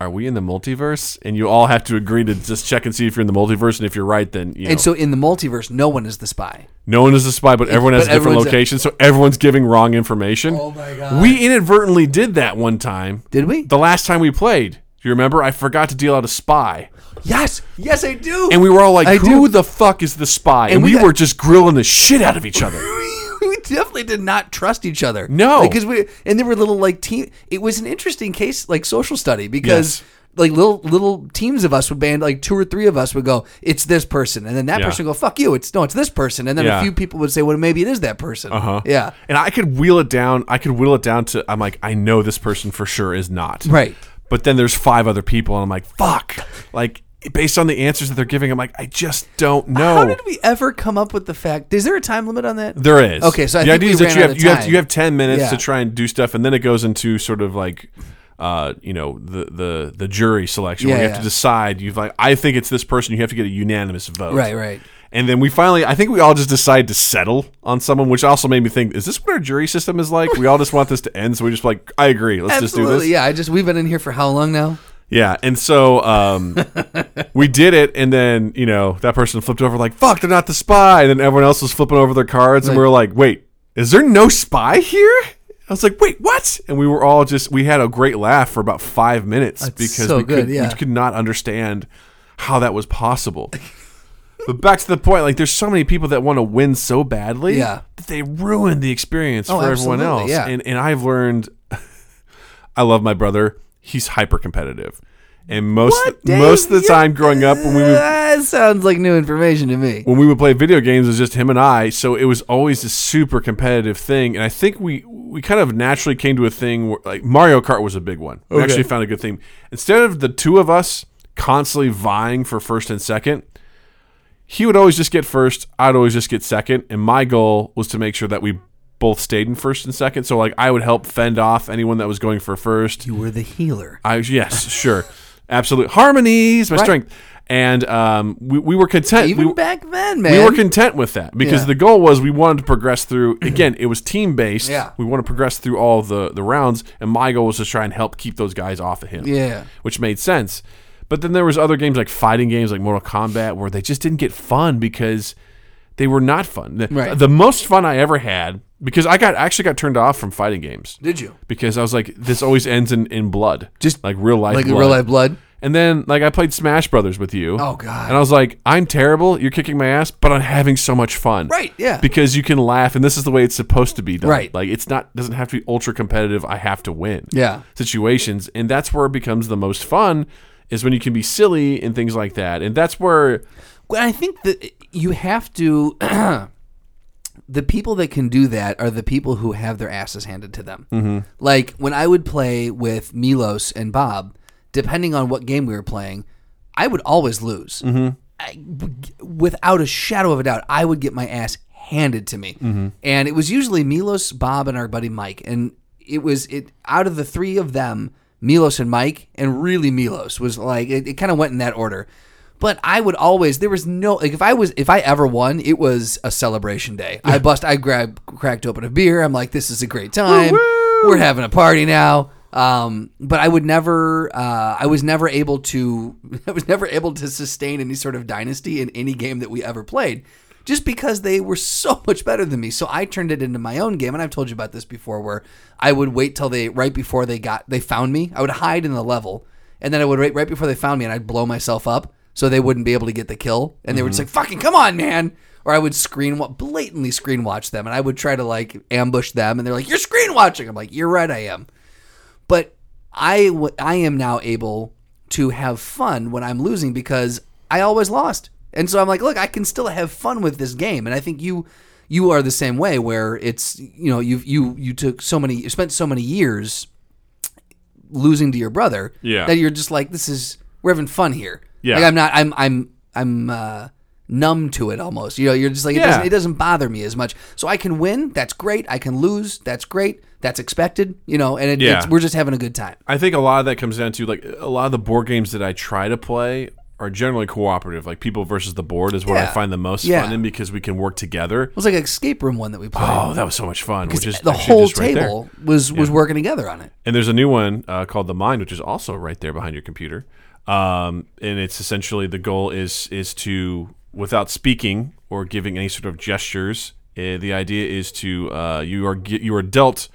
Speaker 1: "Are we in the multiverse?" And you all have to agree to just check and see if you're in the multiverse. And if you're right, then you know,
Speaker 2: And so in the multiverse, no one is the spy.
Speaker 1: no one is the spy, but everyone has
Speaker 2: but
Speaker 1: a different
Speaker 2: everyone's a-
Speaker 1: location. so everyone's giving wrong information.
Speaker 2: Oh my God.
Speaker 1: We inadvertently did that one time.
Speaker 2: Did we?
Speaker 1: The last time we played, do you remember? I forgot to deal out a spy.
Speaker 2: yes, yes, I do.
Speaker 1: And we were all like,
Speaker 2: I
Speaker 1: who
Speaker 2: do.
Speaker 1: the fuck is the spy? And, we,
Speaker 2: we got-
Speaker 1: were just grilling the shit out of each other.
Speaker 2: <laughs> we definitely did not trust each other.
Speaker 1: No.
Speaker 2: because we and there were little like team. It was an interesting case, like social study, because.
Speaker 1: Yes.
Speaker 2: Like little little teams of us would band like two or three of us would go, it's this person, and then that
Speaker 1: Yeah.
Speaker 2: person would go, fuck you, it's no, it's this person, and then a
Speaker 1: Yeah.
Speaker 2: few people would say, well, maybe it is that person. Uh-huh. Yeah,
Speaker 1: <laughs> And I could wheel it down. I could wheel it down to, I'm like, I know this person for sure is not.
Speaker 2: Right.
Speaker 1: But then there's five other people, and I'm like, fuck. Like, based on the answers that they're giving, I'm like, I just don't
Speaker 2: How
Speaker 1: know.
Speaker 2: did we ever come up with the fact? Is there a time limit on that?
Speaker 1: There is.
Speaker 2: Okay, so I
Speaker 1: the
Speaker 2: think
Speaker 1: idea
Speaker 2: we
Speaker 1: is that
Speaker 2: ran
Speaker 1: you
Speaker 2: out
Speaker 1: have
Speaker 2: of
Speaker 1: you have
Speaker 2: time.
Speaker 1: you have ten minutes
Speaker 2: Yeah.
Speaker 1: to try and do stuff, and then it goes into sort of like. Uh, you know the the the jury selection where
Speaker 2: Yeah,
Speaker 1: you have
Speaker 2: yeah.
Speaker 1: to decide. You've like I think it's this person. You have to get a unanimous vote.
Speaker 2: Right, right.
Speaker 1: And then we finally, I think we all just decide to settle on someone, which also made me think: Is this what our jury system is like? We all just want this to end, so we just like, I agree. Let's
Speaker 2: Absolutely,
Speaker 1: just do this.
Speaker 2: yeah. I just we've been in here for how long now?
Speaker 1: Yeah, and so um, we did it, and then you know that person flipped over like, "Fuck, they're not the spy." And then everyone else was flipping over their cards, and we were like, "Wait, is there no spy here?" I was like, "Wait, what?" And we were all just we had a great laugh for about five minutes because
Speaker 2: so
Speaker 1: we,
Speaker 2: good,
Speaker 1: could,
Speaker 2: yeah.
Speaker 1: we could not understand how that was possible. but back to the point, like there's so many people that want to win so badly
Speaker 2: Yeah.
Speaker 1: that they ruin the experience
Speaker 2: Oh,
Speaker 1: for everyone
Speaker 2: absolutely,
Speaker 1: else.
Speaker 2: yeah.
Speaker 1: And and I've learned I love my brother. He's hyper competitive. And most
Speaker 2: What, Dave?
Speaker 1: most of the
Speaker 2: You're-
Speaker 1: time growing up when we would
Speaker 2: that sounds like new information to me.
Speaker 1: when we would play video games, it was just him and I. So it was always a super competitive thing. And I think we we kind of naturally came to a thing where like Mario Kart was a big one. We actually found a good theme. Instead of the two of us constantly vying for first and second, he would always just get first. I'd always just get second. And my goal was to make sure that we both stayed in first and second. So like I would help fend off anyone that was going for first.
Speaker 2: You were the healer.
Speaker 1: I yes, sure, absolute harmonies, my strength, and um, we, we were content.
Speaker 2: Even
Speaker 1: we,
Speaker 2: back then, man.
Speaker 1: we were content with that because
Speaker 2: Yeah.
Speaker 1: the goal was we wanted to progress through. <clears throat> Again, it was team based.
Speaker 2: Yeah.
Speaker 1: We want to progress through all the the rounds, and my goal was to try and help keep those guys off of him.
Speaker 2: Yeah.
Speaker 1: which made sense. But then there was other games like fighting games like Mortal Kombat where they just didn't get fun because they were not fun. The,
Speaker 2: Right.
Speaker 1: the most fun I ever had because I got actually got turned off from fighting games
Speaker 2: Did you?
Speaker 1: because I was like this always ends in, in blood.
Speaker 2: Just
Speaker 1: like real life
Speaker 2: Like
Speaker 1: blood.
Speaker 2: real life blood?
Speaker 1: And then like I played Smash Brothers with you.
Speaker 2: Oh, God.
Speaker 1: And I was like, I'm terrible. You're kicking my ass, but I'm having so much fun.
Speaker 2: Right, yeah.
Speaker 1: Because you can laugh, and this is the way it's supposed to be done.
Speaker 2: Right.
Speaker 1: Like it's not doesn't have to be ultra competitive. I have to win.
Speaker 2: Yeah.
Speaker 1: Situations, and that's where it becomes the most fun is when you can be silly and things like that. And that's where
Speaker 2: Well, I think that you have to. <clears throat> the people that can do that are the people who have their asses handed to them. Mm-hmm. Like when I would play with Milos and Bob, depending on what game we were playing, I would always lose. I- without a shadow of a doubt, I would get my ass handed to me. And it was usually Milos, Bob, and our buddy Mike. And it was it out of the three of them, Milos and Mike, and really Milos was like it, it kind of went in that order. But I would always there was no like if I was if I ever won, it was a celebration day. I bust I grab cracked open a beer. I'm like, this is a great time. We're having a party now. Um, but I would never, uh, I was never able to, <laughs> I was never able to sustain any sort of dynasty in any game that we ever played, just because they were so <laughs> much better than me. So I turned it into my own game, and I've told you about this before, where I would wait till they right before they got they found me, I would hide in the level, and then I would wait right before they found me, and I'd blow myself up so they wouldn't be able to get the kill, and they were just like, "Fucking come on, man." Or I would screen wa- blatantly screen watch them, and I would try to like ambush them, and they're like, "You're screen watching." I'm like, "You're right, I am." but I, w- I am now able to have fun when I'm losing because I always lost. And so I'm like, look, I can still have fun with this game. And I think you you are the same way where it's you know, you you you took so many you spent so many years losing to your brother
Speaker 1: Yeah.
Speaker 2: that you're just like this is we're having fun here.
Speaker 1: Yeah.
Speaker 2: Like I'm not I'm I'm I'm uh numb to it almost. You know, you're just like it
Speaker 1: Yeah.
Speaker 2: doesn't it doesn't bother me as much. So I can win, that's great. I can lose, that's great. That's expected, you know, and it,
Speaker 1: Yeah.
Speaker 2: it's, we're just having a good time.
Speaker 1: I think a lot of that comes down to like a lot of the board games that I try to play are generally cooperative. Like people versus the board is what I
Speaker 2: Yeah.
Speaker 1: find the most
Speaker 2: Yeah.
Speaker 1: fun in because we can work together.
Speaker 2: It was like an escape room one that we played.
Speaker 1: Oh, that was so much fun. Which is
Speaker 2: the
Speaker 1: actually
Speaker 2: whole
Speaker 1: just right there.
Speaker 2: table was was working together on it.
Speaker 1: And there's a new one uh, called The Mind, which is also right there behind your computer. Um, and it's essentially the goal is is to without speaking or giving any sort of gestures. eh, the idea is to uh, you are ge- you are dealt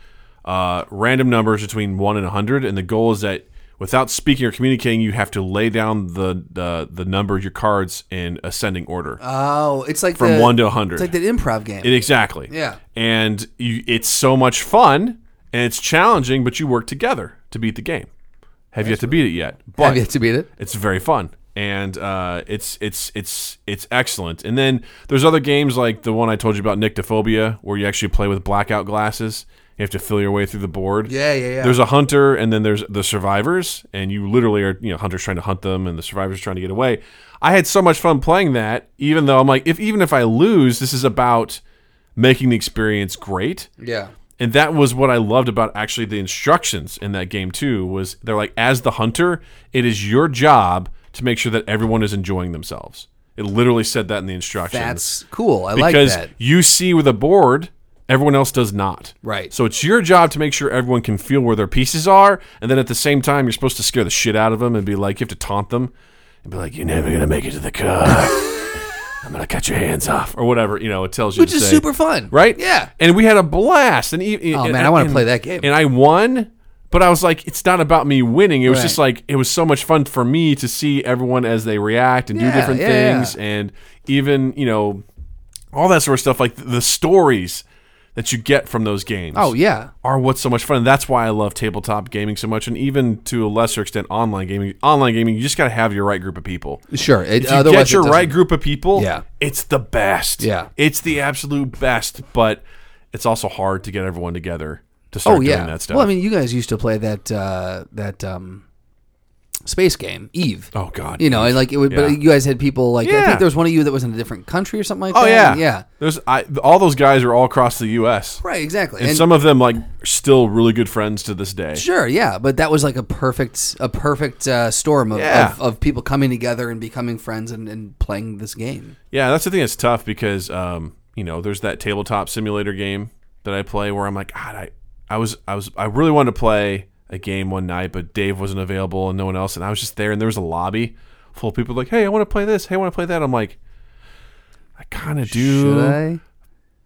Speaker 1: uh, random numbers between one and hundred, and the goal is that without speaking or communicating, you have to lay down the the, the number of your cards in ascending order
Speaker 2: Oh, it's like
Speaker 1: from
Speaker 2: the,
Speaker 1: one to hundred.
Speaker 2: It's like the improv game.
Speaker 1: It- exactly.
Speaker 2: Yeah.
Speaker 1: And you, it's so much fun and it's challenging, but you work together to beat the game. Have yet to beat it yet, but
Speaker 2: Have you had to beat it?
Speaker 1: it's very fun and uh, it's it's it's it's excellent. And then there's other games like the one I told you about, Nyctophobia, where you actually play with blackout glasses. You have to feel your way through the board.
Speaker 2: Yeah, yeah, yeah.
Speaker 1: There's a hunter, and then there's the survivors, and you literally are you know hunters trying to hunt them, and the survivors trying to get away. I had so much fun playing that, even though I'm like, if even if I lose, this is about making the experience great
Speaker 2: Yeah.
Speaker 1: and that was what I loved about actually the instructions in that game too. Was they're like, as the hunter, it is your job to make sure that everyone is enjoying themselves. It literally said that in the instructions.
Speaker 2: That's cool. I like
Speaker 1: because
Speaker 2: that.
Speaker 1: you see with a board, everyone else does not.
Speaker 2: Right.
Speaker 1: So it's your job to make sure everyone can feel where their pieces are, and then at the same time, you're supposed to scare the shit out of them and be like, you have to taunt them and be like, "You're never gonna make it to the
Speaker 2: <laughs>
Speaker 1: car. I'm gonna cut your hands off," or whatever. You know, it tells you
Speaker 2: Which
Speaker 1: to
Speaker 2: is
Speaker 1: say
Speaker 2: super fun.
Speaker 1: right?
Speaker 2: Yeah.
Speaker 1: And we had a blast. And e-
Speaker 2: Oh,
Speaker 1: and-
Speaker 2: man, I wanna
Speaker 1: and-
Speaker 2: play that game.
Speaker 1: And I won, but I was like, it's not about me winning. It was
Speaker 2: Right.
Speaker 1: just like it was so much fun for me to see everyone as they react and
Speaker 2: Yeah,
Speaker 1: do different
Speaker 2: yeah,
Speaker 1: things, and even you know all that sort of stuff, like the, the stories. that you get from those games.
Speaker 2: Oh yeah.
Speaker 1: Are what's so much fun. And that's why I love tabletop gaming so much, and even to a lesser extent, online gaming. Online gaming, you just got to have your right group of people.
Speaker 2: Sure. It,
Speaker 1: If you
Speaker 2: otherwise
Speaker 1: get
Speaker 2: it
Speaker 1: your
Speaker 2: doesn't-
Speaker 1: right group of people,
Speaker 2: Yeah.
Speaker 1: it's the best.
Speaker 2: Yeah.
Speaker 1: It's the absolute best, but it's also hard to get everyone together to start
Speaker 2: Oh yeah.
Speaker 1: doing that stuff.
Speaker 2: Well, I mean, you guys used to play that uh, that um, space game, Eve.
Speaker 1: oh, God.
Speaker 2: You know, and like it would,
Speaker 1: Yeah.
Speaker 2: but you guys had people like I
Speaker 1: Yeah.
Speaker 2: think there was one of you that was in a different country or something like
Speaker 1: oh,
Speaker 2: that.
Speaker 1: yeah.
Speaker 2: and- yeah.
Speaker 1: There's I, all those guys are all across the U.S.
Speaker 2: Right, exactly.
Speaker 1: And,
Speaker 2: And-
Speaker 1: some of them, like, are still really good friends to this day.
Speaker 2: Sure, yeah, but that was like a perfect a perfect uh, storm of,
Speaker 1: Yeah.
Speaker 2: of, of people coming together and becoming friends and, and playing this game.
Speaker 1: Yeah, that's the thing that's tough because um, you know, there's that tabletop simulator game that I play where I'm like, God, I, I was I was I really wanted to play a game one night, but Dave wasn't available and no one else, and I was just there and there was a lobby full of people like, Hey, I want to play this, hey, I want to play that. I'm like, I kinda do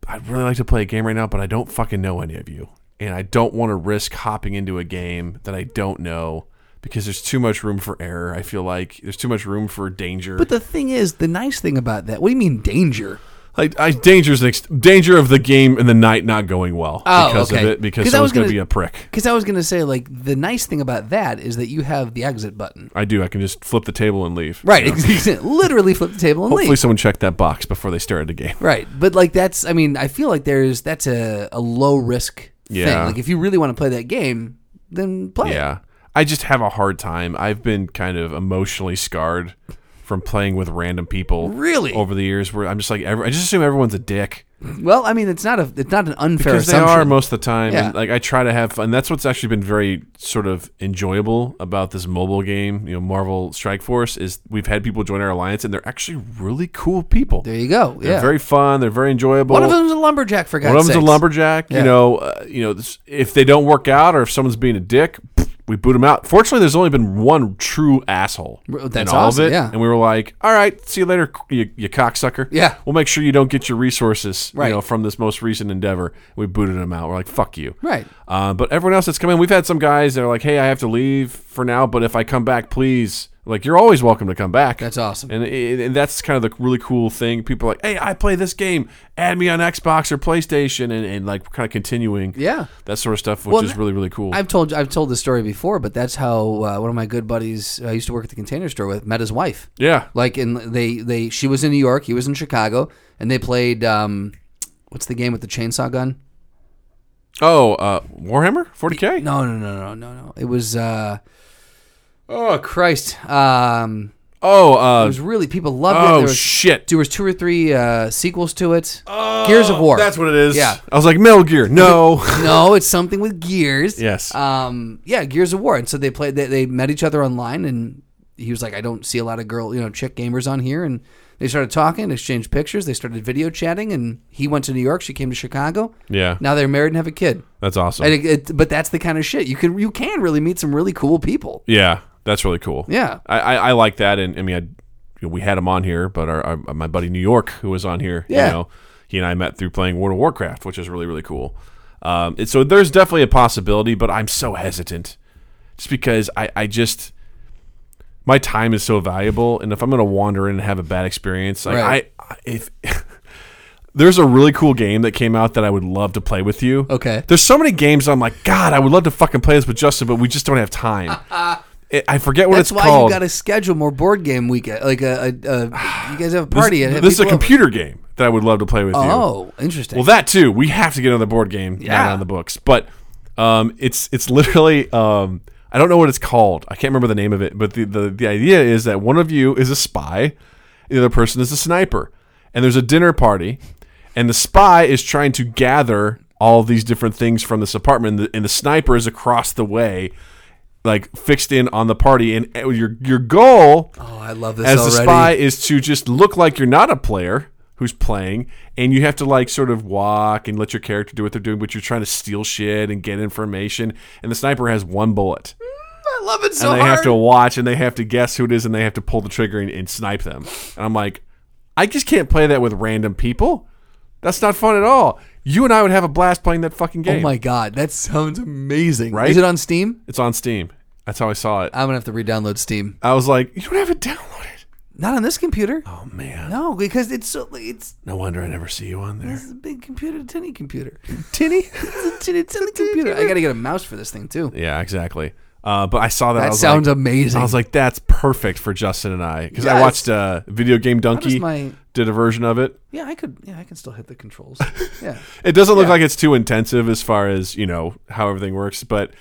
Speaker 1: I'd really like to play a game right now, but I don't fucking know any of you. And I don't want to risk hopping into a game that I don't know because there's too much room for error. I feel like there's too much room for danger.
Speaker 2: But the thing is, the nice thing about that, what do you mean danger?
Speaker 1: Like I danger's an ex- danger of the game and the night not going well
Speaker 2: Oh,
Speaker 1: because of
Speaker 2: okay.
Speaker 1: it because
Speaker 2: 'Cause I
Speaker 1: someone's
Speaker 2: was
Speaker 1: going to
Speaker 2: gonna-
Speaker 1: be a prick.
Speaker 2: Because I was going to say, like, the nice thing about that is that you have the exit button.
Speaker 1: I do. I can just flip the table and leave.
Speaker 2: Right,
Speaker 1: You know?
Speaker 2: <laughs> literally flip the table and
Speaker 1: Hopefully,
Speaker 2: leave.
Speaker 1: someone checked that box before they started the game. <laughs>
Speaker 2: Right, but like that's, I mean, I feel like there's that's a, a low risk thing.
Speaker 1: Yeah.
Speaker 2: Like if you really want to play that game, then play. it.
Speaker 1: Yeah, I just have a hard time. I've been kind of emotionally scarred from playing with random people.
Speaker 2: Really?
Speaker 1: over the years, where I'm just like, every, I just assume everyone's a dick
Speaker 2: Well, I mean, it's not a it's not an unfair
Speaker 1: because they
Speaker 2: assumption.
Speaker 1: are most of the time.
Speaker 2: Yeah.
Speaker 1: And, like I try to have fun. That's what's actually been very sort of enjoyable about this mobile game. You know, Marvel Strike Force is we've had people join our alliance, and they're actually really cool people.
Speaker 2: there you go.
Speaker 1: They're
Speaker 2: yeah.
Speaker 1: very fun. They're very enjoyable.
Speaker 2: One of them's a lumberjack for God's
Speaker 1: One of them's a
Speaker 2: sakes.
Speaker 1: lumberjack. You
Speaker 2: Yeah.
Speaker 1: know, uh, you know, this- if they don't work out or if someone's being a dick, pfft, we boot them out. Fortunately, there's only been one true asshole
Speaker 2: Well,
Speaker 1: in
Speaker 2: that's
Speaker 1: all
Speaker 2: awesome,
Speaker 1: of it,
Speaker 2: yeah.
Speaker 1: and we were like, "All right, see you later, c- you, you cocksucker."
Speaker 2: Yeah.
Speaker 1: we'll make sure you don't get your resources,
Speaker 2: Right.
Speaker 1: you know, from this most recent endeavor. We booted them out. We're like, "Fuck you."
Speaker 2: Right.
Speaker 1: Uh, but everyone else that's come in, we've had some guys that are like, "Hey, I have to leave for now, but if I come back, please." Like, you're always welcome to come back.
Speaker 2: That's awesome.
Speaker 1: And, it, and that's kind of the really cool thing. People are like, hey, I play this game. Add me on Xbox or PlayStation, and, and like kind of continuing.
Speaker 2: Yeah.
Speaker 1: that sort of stuff, which
Speaker 2: Well,
Speaker 1: is really really cool.
Speaker 2: I've told I've told this story before, but that's how uh, one of my good buddies uh, I used to work at the container store with met his wife.
Speaker 1: yeah,
Speaker 2: Like in they they she was in New York, he was in Chicago, and they played um, what's the game with the chainsaw gun?
Speaker 1: Oh, uh, Warhammer 40k.
Speaker 2: No, no, no, no, no, no. It was uh, oh Christ. Um,
Speaker 1: Oh, uh,
Speaker 2: it was really people loved it.
Speaker 1: oh
Speaker 2: There was,
Speaker 1: shit.
Speaker 2: there was two or three uh, sequels to it. Gears of War.
Speaker 1: oh, That's what it is.
Speaker 2: Yeah.
Speaker 1: I was like Metal Gear. No.
Speaker 2: <laughs> no, it's something with gears.
Speaker 1: Yes.
Speaker 2: Um. Yeah, Gears of War. And so they played. They, they met each other online, and he was like, "I don't see a lot of girl, you know, chick gamers on here." And they started talking, exchanged pictures. They started video chatting, and he went to New York. She came to Chicago.
Speaker 1: yeah,
Speaker 2: Now they're married and have a kid.
Speaker 1: that's awesome.
Speaker 2: And it, it, but that's the kind of shit you can you can really meet some really cool people.
Speaker 1: yeah, that's really cool.
Speaker 2: Yeah.
Speaker 1: I, I, I like that, and I mean, I, you know, we had him on here, but our, our my buddy New York, who was on here,
Speaker 2: Yeah.
Speaker 1: you know, he and I met through playing World of Warcraft, which is really really cool. Um, it, so there's definitely a possibility, but I'm so hesitant, just because I, I just my time is so valuable, and if I'm gonna wander in and have a bad experience, like
Speaker 2: Right.
Speaker 1: I, I if <laughs> there's a really cool game that came out that I would love to play with you.
Speaker 2: Okay.
Speaker 1: There's so many games I'm like, God, I would love to fucking play this with Justin, but we just don't have
Speaker 2: <laughs>
Speaker 1: time. I- I forget what
Speaker 2: That's
Speaker 1: it's
Speaker 2: why
Speaker 1: called.
Speaker 2: you got to schedule more board game weekend. Like a,
Speaker 1: <sighs>
Speaker 2: a, a you guys have a party. and
Speaker 1: This,
Speaker 2: have
Speaker 1: this is a
Speaker 2: people over.
Speaker 1: computer game that I would love to play with you.
Speaker 2: Oh, interesting.
Speaker 1: Well, that too. We have to get on the board game, not
Speaker 2: Yeah.
Speaker 1: on the books. But um, it's it's literally um, I don't know what it's called. I can't remember the name of it. But the, the the idea is that one of you is a spy, the other person is a sniper, and there's a dinner party, and the spy is trying to gather all these different things from this apartment, and the, and the sniper is across the way. Like fixed in on the party, and uh, your your goal
Speaker 2: oh, I love this
Speaker 1: as
Speaker 2: already.
Speaker 1: the spy is to just look like you're not a player who's playing and you have to like sort of walk and let your character do what they're doing but you're trying to steal shit and get information and the sniper has one bullet
Speaker 2: I love it so
Speaker 1: and they
Speaker 2: hard.
Speaker 1: have to watch and they have to guess who it is and they have to pull the trigger and, and snipe them and i'm like i just can't play that with random people that's not fun at all you and i would have a blast playing that fucking game
Speaker 2: Oh my god, that sounds amazing!
Speaker 1: Right?
Speaker 2: Is it on Steam?
Speaker 1: it's on steam that's how i saw it
Speaker 2: I'm gonna have to re-download Steam.
Speaker 1: i was like you don't have to download it
Speaker 2: Not on this computer.
Speaker 1: Oh man,
Speaker 2: No, because it's so it's,
Speaker 1: no wonder I never see you on there.
Speaker 2: it's a big computer, tiny computer.
Speaker 1: Tinny.
Speaker 2: <laughs> It's a tiny, tiny computer. I gotta get a mouse for this thing too.
Speaker 1: yeah, exactly. Uh, but I saw that. I
Speaker 2: That
Speaker 1: was
Speaker 2: sounds
Speaker 1: like-
Speaker 2: amazing.
Speaker 1: I was like, that's perfect for Justin and I because I
Speaker 2: Yes.
Speaker 1: watched uh, Video Game Donkey
Speaker 2: my-
Speaker 1: did a version of it.
Speaker 2: yeah, I could. Yeah, I can still hit
Speaker 1: <laughs>
Speaker 2: the controls. Yeah.
Speaker 1: It doesn't look like it's too intensive as far as you know how everything works, but.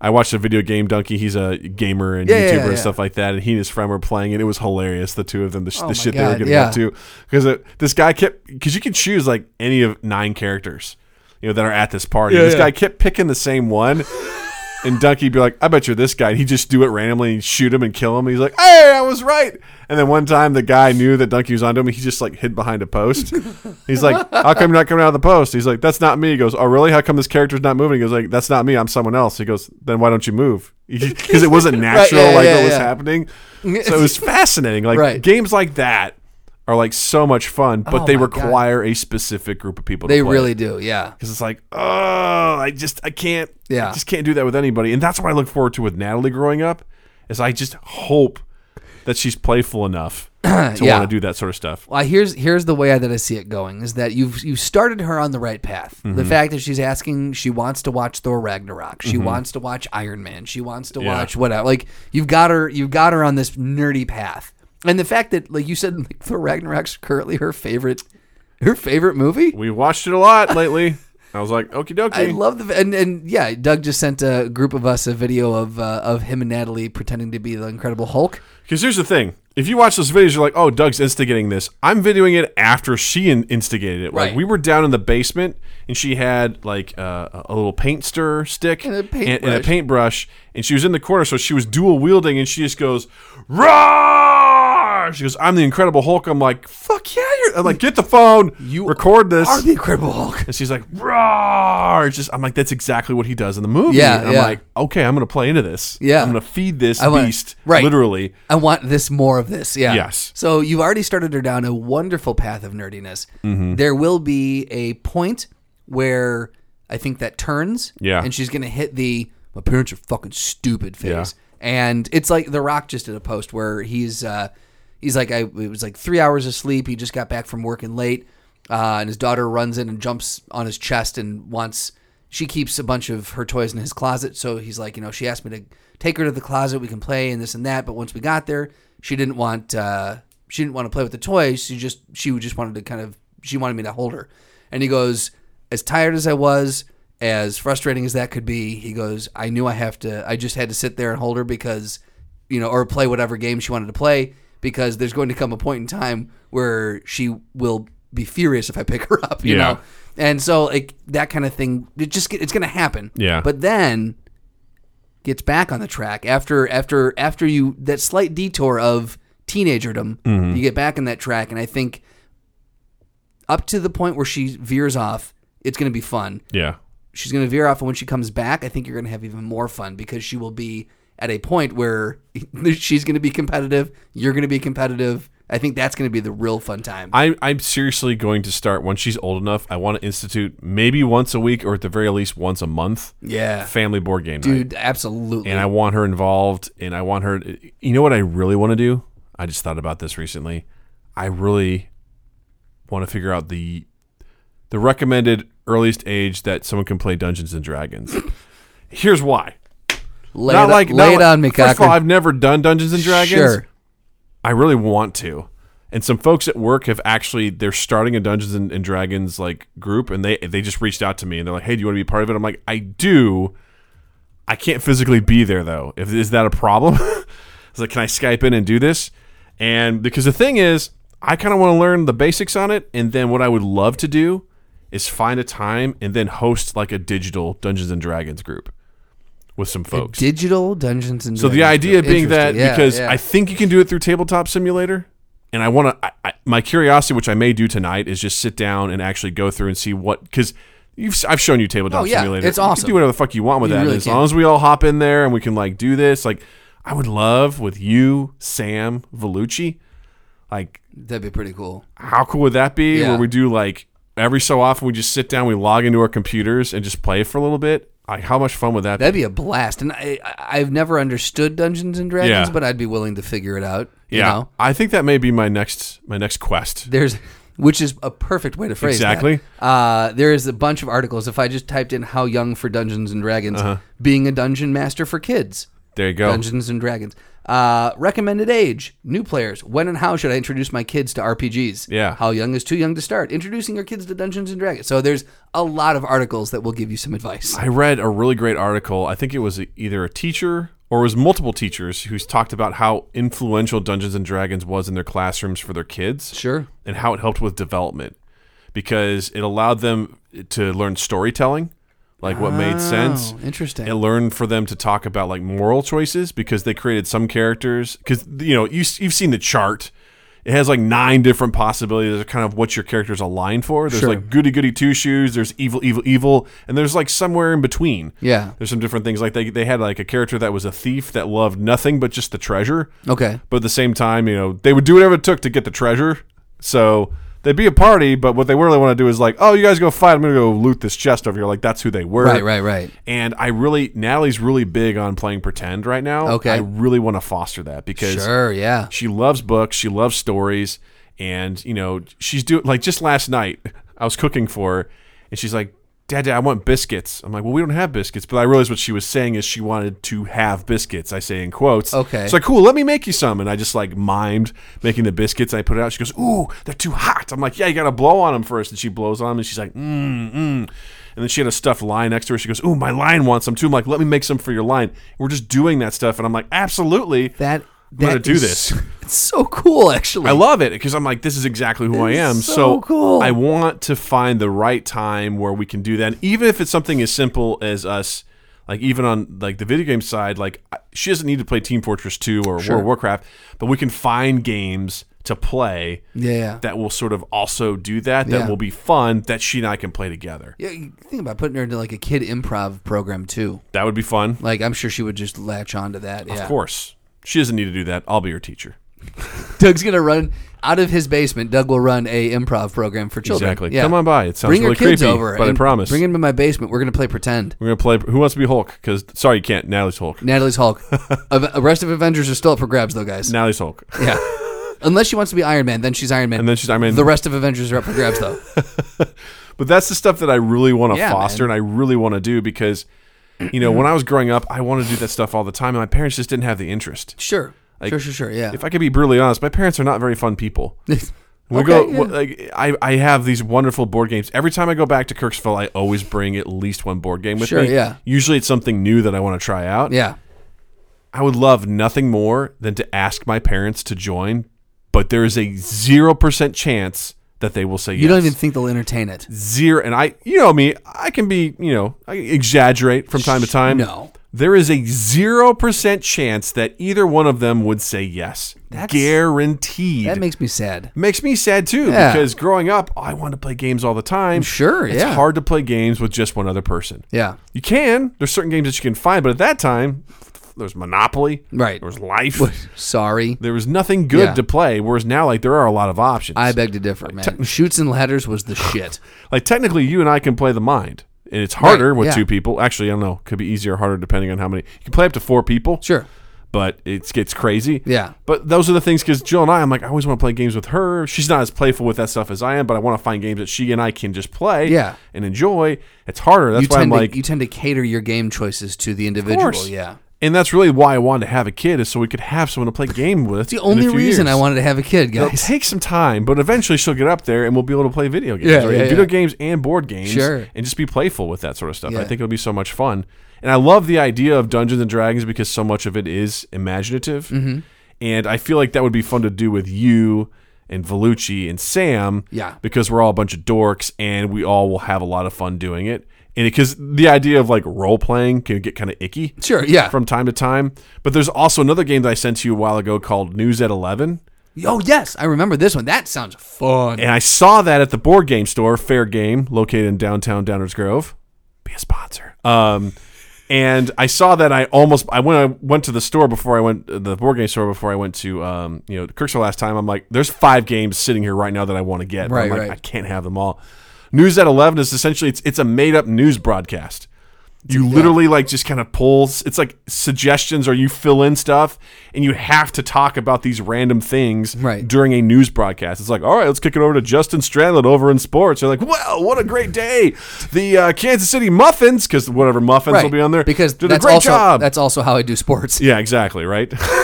Speaker 1: I watched a video game donkey. He's a gamer and
Speaker 2: Yeah,
Speaker 1: YouTuber
Speaker 2: yeah,
Speaker 1: and
Speaker 2: yeah.
Speaker 1: stuff like that. And he and his friend were playing, and it was hilarious. The two of them, the, sh
Speaker 2: Oh
Speaker 1: the
Speaker 2: my
Speaker 1: shit they were
Speaker 2: God,
Speaker 1: getting
Speaker 2: yeah.
Speaker 1: up to, because this guy kept because you can choose like any of nine characters, you know, that are at this party.
Speaker 2: Yeah,
Speaker 1: this
Speaker 2: yeah.
Speaker 1: guy kept picking the same
Speaker 2: <laughs>
Speaker 1: one, and Donkey'd be like, "I bet you're this guy." And he'd just do it randomly, and shoot him and kill him. He's like, "Hey, I was right." And then one time, the guy knew that Donkey was onto him. and He just like hid behind a
Speaker 2: <laughs>
Speaker 1: post. He's like, "How come you're not coming out of the post?" He's like, "That's not me." He goes, "Oh, really? How come this character's not moving?" He goes, "Like, that's not me. I'm someone else." He goes, "Then why don't you move?" <laughs> Because it
Speaker 2: <laughs>
Speaker 1: wasn't natural,
Speaker 2: yeah,
Speaker 1: like
Speaker 2: yeah,
Speaker 1: what was
Speaker 2: yeah. <laughs>
Speaker 1: happening. So it was fascinating. Like
Speaker 2: Right.
Speaker 1: games like that are like so much fun, but
Speaker 2: Oh
Speaker 1: they
Speaker 2: my
Speaker 1: require a specific group of people.
Speaker 2: They
Speaker 1: to play
Speaker 2: really do. Yeah.
Speaker 1: because it's like, oh, I just I can't,
Speaker 2: Yeah.
Speaker 1: I just can't do that with anybody, and that's what I look forward to with Natalie growing up, is I just hope that she's playful
Speaker 2: <clears throat>
Speaker 1: enough to
Speaker 2: Yeah.
Speaker 1: want to do that sort of stuff.
Speaker 2: Well, here's here's the way that I see it going is that you've you started her on the right path.
Speaker 1: Mm-hmm.
Speaker 2: The fact that she's asking, she wants to watch Thor Ragnarok, she wants to watch Iron Man, she wants to
Speaker 1: Yeah.
Speaker 2: watch whatever. Like you've got her, you've got her on this nerdy path, and the fact that like you said, like, Thor Ragnarok's currently her favorite, her favorite movie.
Speaker 1: We watched it a lot lately. I was like, okie
Speaker 2: I
Speaker 1: dokie.
Speaker 2: love the and and yeah, Doug just sent a group of us a video of uh, of him and Natalie pretending to be the Incredible Hulk.
Speaker 1: Because here's the thing: if you watch those videos, you're like, oh, Doug's instigating this. I'm videoing it after she in- instigated it. Like
Speaker 2: Right.
Speaker 1: we were down in the basement, and she had like uh, a- a little paint stirrer stick
Speaker 2: And a
Speaker 1: and, and a
Speaker 2: paintbrush.
Speaker 1: paintbrush, and she was in the corner, so she was dual wielding, and she just goes, "Roar!" She goes, "I'm the Incredible Hulk." I'm like, "Fuck yeah!" You're I'm like, "Get the phone, you record this."
Speaker 2: Are the Incredible Hulk?
Speaker 1: and she's like, "Roar!" It's just, I'm like, "That's exactly what he does in the movie."
Speaker 2: Yeah,
Speaker 1: And I'm
Speaker 2: yeah.
Speaker 1: like, "Okay, I'm gonna play into this.
Speaker 2: Yeah.
Speaker 1: I'm gonna feed this
Speaker 2: wanna-
Speaker 1: beast,
Speaker 2: right.
Speaker 1: literally."
Speaker 2: I want this more of this. Yeah.
Speaker 1: Yes.
Speaker 2: So you've already started her down a wonderful path of nerdiness.
Speaker 1: Mm-hmm.
Speaker 2: There will be a point where I think that turns.
Speaker 1: Yeah.
Speaker 2: And she's gonna hit the my parents are fucking stupid phase. And it's like The Rock just did a post where he's uh he's like I it was like three hours of sleep. He just got back from working late. Uh, and his daughter runs in and jumps on his chest and wants she keeps a bunch of her toys in his closet. So he's like, you know, she asked me to take her to the closet. We can play and this and that. But once we got there, she didn't want uh, she didn't want to play with the toys. She just she just wanted to kind of she wanted me to hold her. And he goes, as tired as I was, as frustrating as that could be, he goes, I knew I have to. I just had to sit there and hold her because you know, or play whatever game she wanted to play because there's going to come a point in time where she will be furious if I pick her up, you
Speaker 1: Yeah.
Speaker 2: know. And so like that kind of thing it just get- it's going to happen.
Speaker 1: Yeah.
Speaker 2: But then gets back on the track after after after you that slight detour of teenagerdom,
Speaker 1: Mm-hmm.
Speaker 2: you get back on that track and I think up to the point where she veers off, it's going to be fun
Speaker 1: Yeah.
Speaker 2: she's going to veer off, and when she comes back, I think you're going to have even more fun because she will be at a point where <laughs> she's going to be competitive. You're going to be competitive. I think that's going to be the real fun time.
Speaker 1: I, I'm seriously going to start once she's old enough. I want to institute maybe once a week or at the very least once a month
Speaker 2: yeah,
Speaker 1: family board game night.
Speaker 2: dude, absolutely.
Speaker 1: And I want her involved and I want her. You know what I really want to do? I just thought about this recently. I really want to figure out the the recommended earliest age that someone can play Dungeons and
Speaker 2: <clears throat>
Speaker 1: Dragons. Here's why.
Speaker 2: lay
Speaker 1: not
Speaker 2: it,
Speaker 1: like
Speaker 2: lay
Speaker 1: not
Speaker 2: it
Speaker 1: like-
Speaker 2: on me,
Speaker 1: First of all,
Speaker 2: Cocker.
Speaker 1: I've never done Dungeons and Dragons.
Speaker 2: Sure.
Speaker 1: I really want to. And some folks at work have actually they're starting a Dungeons and, and Dragons like group, and they they just reached out to me and they're like, "Hey, do you want to be part of it?" I'm like, "I do." I can't physically be there though. If is that a problem? <laughs> I was like, "Can I Skype in and do this?" And because the thing is, I kind of want to learn the basics on it, and then what I would love to do is find a time and then host like a digital Dungeons and Dragons group with some folks.
Speaker 2: Digital Dungeons and
Speaker 1: So the idea being that
Speaker 2: Interesting. Yeah,
Speaker 1: because
Speaker 2: yeah.
Speaker 1: I think you can do it through Tabletop Simulator, and I want to. My curiosity, which I may do tonight, is just sit down and actually go through and see what because you've I've shown you Tabletop
Speaker 2: Oh, yeah,
Speaker 1: Simulator.
Speaker 2: it's
Speaker 1: You can
Speaker 2: awesome.
Speaker 1: do whatever the fuck you want with that.
Speaker 2: really
Speaker 1: as
Speaker 2: can.
Speaker 1: long as we all hop in there and we can like do this, like I would love with you, Sam Vellucci, like
Speaker 2: that'd be pretty cool.
Speaker 1: how cool would that be?
Speaker 2: Yeah.
Speaker 1: Where we do like every so often we just sit down, we log into our computers and just play for a little bit. I, how much fun would that be?
Speaker 2: That'd be a blast. And I, I- I've never understood Dungeons and Dragons,
Speaker 1: Yeah.
Speaker 2: but I'd be willing to figure it out. You
Speaker 1: yeah,
Speaker 2: know?
Speaker 1: I think that may be my next my next quest.
Speaker 2: There's, which is a perfect way to phrase that.
Speaker 1: Exactly.
Speaker 2: Uh, there is a bunch of articles. If I just typed in "How young for Dungeons and Dragons,"
Speaker 1: Uh-huh.
Speaker 2: being a dungeon master for kids.
Speaker 1: There you go.
Speaker 2: Dungeons and Dragons. Uh, recommended age, new players. When and how should I introduce my kids to RPGs?
Speaker 1: Yeah.
Speaker 2: How young is too young to start? Introducing your kids to Dungeons and Dragons. So there's a lot of articles that will give you some advice.
Speaker 1: I read a really great article. I think it was either a teacher or it was multiple teachers who's talked about how influential Dungeons and Dragons was in their classrooms for their kids.
Speaker 2: Sure.
Speaker 1: and how it helped with development because it allowed them to learn storytelling, like what made sense.
Speaker 2: Oh, interesting.
Speaker 1: It learned for them to talk about like moral choices because they created some characters because you know you you've seen the chart. It has like nine different possibilities of kind of what your character's aligned for. There's
Speaker 2: Sure.
Speaker 1: like goody goody two shoes. There's evil evil evil, and there's like somewhere in between.
Speaker 2: Yeah.
Speaker 1: there's some different things like they they had like a character that was a thief that loved nothing but just the treasure.
Speaker 2: okay.
Speaker 1: But at the same time, you know, they would do whatever it took to get the treasure. So they'd be a party, but what they really want to do is like, oh, you guys go fight. I'm going to go loot this chest over here. Like, that's who they were.
Speaker 2: Right. Right. Right.
Speaker 1: And I really, Natalie's really big on playing pretend right now.
Speaker 2: Okay.
Speaker 1: I really want to foster that because
Speaker 2: Sure. Yeah.
Speaker 1: she loves books, she loves stories, and you know she's doing like just last night <laughs> I was cooking for her, and she's like, "Dad, Dad, I want biscuits." I'm like, "Well, we don't have biscuits," but I realized what she was saying is she wanted to have biscuits. I say in quotes.
Speaker 2: Okay.
Speaker 1: So like, cool, let me make you some, and I just like mimed making the biscuits. I put it out. She goes, "Ooh, they're too hot." I'm like, "Yeah, you gotta blow on them first. and she blows on them, and she's like, "Mmm, mmm." And then she had a stuffed lion next to her. She goes, "Ooh, my lion wants some too." I'm like, "Let me make some for your lion." We're just doing that stuff, and I'm like, "Absolutely."
Speaker 2: That.
Speaker 1: gonna
Speaker 2: that
Speaker 1: do
Speaker 2: is
Speaker 1: this.
Speaker 2: so- <laughs> It's so cool, actually.
Speaker 1: I love it because I'm like, this is exactly who I am.
Speaker 2: so
Speaker 1: So,
Speaker 2: cool.
Speaker 1: I want to find the right time where we can do that. And even if it's something as simple as us, like even on like the video game side, like I- she doesn't need to play Team Fortress 2 or World of Warcraft, but we can find games to play
Speaker 2: yeah.
Speaker 1: that will sort of also do that. That
Speaker 2: Yeah.
Speaker 1: will be fun. That she and I can play together.
Speaker 2: Yeah, you think about putting her into like a kid improv program too.
Speaker 1: That would be fun.
Speaker 2: Like I'm sure she would just latch onto that.
Speaker 1: Of course, she doesn't need to do that. I'll be your teacher.
Speaker 2: Doug's gonna run out of his basement. Doug will run a improv program for children.
Speaker 1: Exactly.
Speaker 2: Yeah.
Speaker 1: Come on by. It sounds
Speaker 2: Bring
Speaker 1: really
Speaker 2: your kids
Speaker 1: creepy,
Speaker 2: over,
Speaker 1: but I
Speaker 2: and
Speaker 1: promise.
Speaker 2: Bring them to my basement. We're gonna play pretend.
Speaker 1: We're gonna play. Who wants to be Hulk? Because sorry, you can't. Natalie's Hulk. <laughs>
Speaker 2: Natalie's Hulk. Av- Rest of Avengers are still up for grabs though, guys.
Speaker 1: Natalie's Hulk.
Speaker 2: Yeah. Unless she wants to be Iron Man, then she's Iron Man.
Speaker 1: And then she's, I mean,
Speaker 2: the rest of Avengers are up for
Speaker 1: <laughs>
Speaker 2: grabs though.
Speaker 1: but that's the stuff that I really want to
Speaker 2: Yeah,
Speaker 1: foster and I really want to do because, you know, when I was growing up, I wanted to do that stuff all the time. And my parents just didn't have the interest.
Speaker 2: sure. sure. Sure. Sure. Yeah.
Speaker 1: If I could be brutally honest, my parents are not very fun people. We
Speaker 2: Okay,
Speaker 1: go
Speaker 2: yeah.
Speaker 1: wh- like I, I have these wonderful board games. Every time I go back to Kirksville, I always bring at least one board game with
Speaker 2: Sure,
Speaker 1: me.
Speaker 2: yeah.
Speaker 1: Usually it's something new that I want to try out.
Speaker 2: <laughs> yeah.
Speaker 1: I would love nothing more than to ask my parents to join, but there is a zero percent chance that they will say yes
Speaker 2: You don't even think they'll entertain it.
Speaker 1: zero and i you know me i can be you know i exaggerate from time to time
Speaker 2: No.
Speaker 1: there is a zero percent chance that either one of them would say yes
Speaker 2: That's-
Speaker 1: guaranteed
Speaker 2: That makes me sad.
Speaker 1: makes me sad too
Speaker 2: Yeah.
Speaker 1: because growing up i wanted to play games all the time
Speaker 2: Sure,
Speaker 1: it's
Speaker 2: yeah.
Speaker 1: hard to play games with just one other person
Speaker 2: Yeah.
Speaker 1: you can there's certain games that you can find but at that time there's monopoly
Speaker 2: Right.
Speaker 1: there was life
Speaker 2: Sorry.
Speaker 1: there was nothing good
Speaker 2: Yeah.
Speaker 1: to play whereas now like there are a lot of options
Speaker 2: I beg to differ, man. Shoots and ladders was the shit.
Speaker 1: like technically you and I can play the mind. And it's harder
Speaker 2: Right,
Speaker 1: with
Speaker 2: yeah.
Speaker 1: two people. Actually, I don't know. Could be easier or harder depending on how many. You can play up to four people.
Speaker 2: <sighs> Sure.
Speaker 1: But it gets crazy.
Speaker 2: Yeah.
Speaker 1: But those are the things because Jill and I, I'm like, I always want to play games with her. She's not as playful with that stuff as I am, but I want to find games that she and I can just play
Speaker 2: Yeah.
Speaker 1: and enjoy. It's harder. That's
Speaker 2: You
Speaker 1: why I'm
Speaker 2: tend, to,
Speaker 1: like,
Speaker 2: you tend to cater your game choices to the individual.
Speaker 1: course.
Speaker 2: Yeah.
Speaker 1: and that's really why I wanted to have a kid is so we could have someone to play game with.
Speaker 2: The only reason I wanted to have a kid,
Speaker 1: It'll
Speaker 2: guys. <laughs>
Speaker 1: take some time, but eventually she'll get up there and we'll be able to play video games.
Speaker 2: Yeah,
Speaker 1: right?
Speaker 2: yeah,
Speaker 1: video
Speaker 2: yeah.
Speaker 1: games and board games.
Speaker 2: Sure.
Speaker 1: And just be playful with that sort of stuff.
Speaker 2: Yeah.
Speaker 1: I think it'll be so much fun. And I love the idea of Dungeons and Dragons because so much of it is imaginative. Mm-hmm. And I feel like that would be fun to do with you and Volucci and Sam.
Speaker 2: Yeah.
Speaker 1: Because we're all a bunch of dorks and we all will have a lot of fun doing it. And because the idea of like role playing can get kind of icky
Speaker 2: Sure. Yeah.
Speaker 1: from time to time. But there's also another game that I sent to you a while ago called News at 11.
Speaker 2: oh yes, I remember this one. That sounds fun.
Speaker 1: And I saw that at the board game store, Fair Game, located in downtown Downers Grove. Be a sponsor. Um, and I saw that I almost I when I went to the store before I went the board game store before I went to um, you know Kirksville last time. I'm like, there's five games sitting here right now that I want to get. But I'm
Speaker 2: Right,
Speaker 1: like,
Speaker 2: right.
Speaker 1: I can't have them all. News at eleven is essentially it's it's a made up news broadcast. you literally like just kind of pulls. It's like suggestions, or you fill in stuff, and you have to talk about these random things
Speaker 2: Right.
Speaker 1: during a news broadcast. It's like, all right, let's kick it over to Justin Stradlin over in sports. You're like, wow, what a great day! The uh, Kansas City Muffins, because whatever muffins will be on there,
Speaker 2: because
Speaker 1: did
Speaker 2: that's
Speaker 1: a great
Speaker 2: also
Speaker 1: job.
Speaker 2: that's also how I do sports.
Speaker 1: Yeah, exactly, right? <laughs>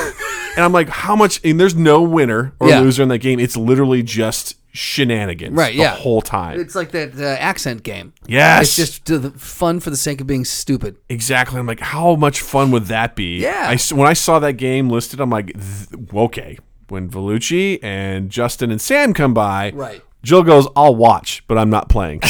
Speaker 1: and I'm like, how much? And there's no winner or
Speaker 2: Yeah.
Speaker 1: loser in that game. It's literally just shenanigans
Speaker 2: Right,
Speaker 1: the
Speaker 2: yeah.
Speaker 1: whole time.
Speaker 2: <laughs> It's like that uh, accent game.
Speaker 1: Yes.
Speaker 2: it's just to the fun for the sake of
Speaker 1: <laughs>
Speaker 2: being stupid.
Speaker 1: exactly. I'm like, how much fun would that be?
Speaker 2: Yeah.
Speaker 1: I s when I saw that game listed, I'm like, th- okay. When Vellucci and Justin and Sam come by,
Speaker 2: Right.
Speaker 1: Jill goes, I'll watch, but I'm not
Speaker 2: <laughs>
Speaker 1: playing.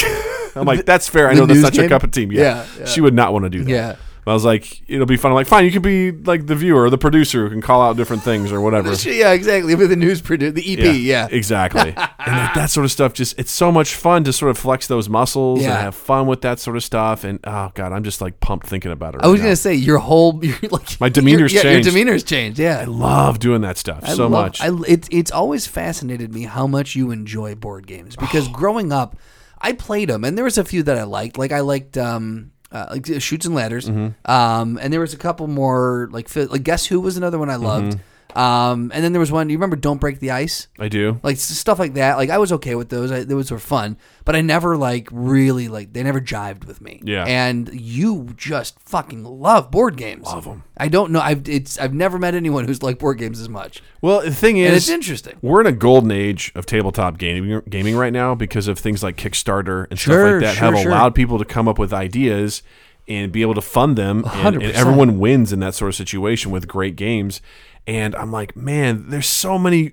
Speaker 1: I'm like, that's fair. I know that's
Speaker 2: news
Speaker 1: not your
Speaker 2: game?
Speaker 1: cup of tea. Yeah.
Speaker 2: Yeah, yeah.
Speaker 1: She would not want to do that.
Speaker 2: Yeah.
Speaker 1: But I was like, it'll be fun. I'm like, fine, you could be like the viewer or the producer who can call out different things or whatever.
Speaker 2: Yeah, exactly. With the news producer, the E EP. <laughs>
Speaker 1: exactly. and that, that sort of stuff just—it's so much fun to sort of flex those muscles and
Speaker 2: Yeah.
Speaker 1: have fun with that sort of stuff. And oh god, I'm just like pumped thinking about it. Right
Speaker 2: I was
Speaker 1: now.
Speaker 2: gonna say your whole <laughs> your, like
Speaker 1: My demeanor's
Speaker 2: your, yeah,
Speaker 1: changed.
Speaker 2: Your demeanor's changed. Yeah,
Speaker 1: love doing that stuff
Speaker 2: I
Speaker 1: so
Speaker 2: love-
Speaker 1: much.
Speaker 2: I, it's it's always fascinated me how much you enjoy board
Speaker 1: <sighs>
Speaker 2: games because growing up, I played them and there was a few that I liked. Like I liked um, uh, like uh, shoots and ladders,
Speaker 1: Mm-hmm.
Speaker 2: um, and there was a couple more like fi- like guess who was another one I loved.
Speaker 1: Mm-hmm.
Speaker 2: Um, and then there was one. You remember Don't Break the Ice?
Speaker 1: I do.
Speaker 2: Like s- stuff like that. Like I was okay with those. I, those were fun, but I never like really like they never jived with me.
Speaker 1: Yeah.
Speaker 2: And you just fucking love board games. Love them. I don't know. I've it's I've never met anyone who's liked board games as much.
Speaker 1: Well, the thing
Speaker 2: And it's
Speaker 1: is,
Speaker 2: interesting.
Speaker 1: we're in a golden age of tabletop gaming, gaming right now because of things like Kickstarter and stuff like
Speaker 2: Sure,
Speaker 1: that
Speaker 2: sure,
Speaker 1: have
Speaker 2: sure.
Speaker 1: allowed people to come up with ideas and be able to fund them. And, and
Speaker 2: 100%.
Speaker 1: everyone wins in that sort of situation with great games. And I'm like, man, there's so many.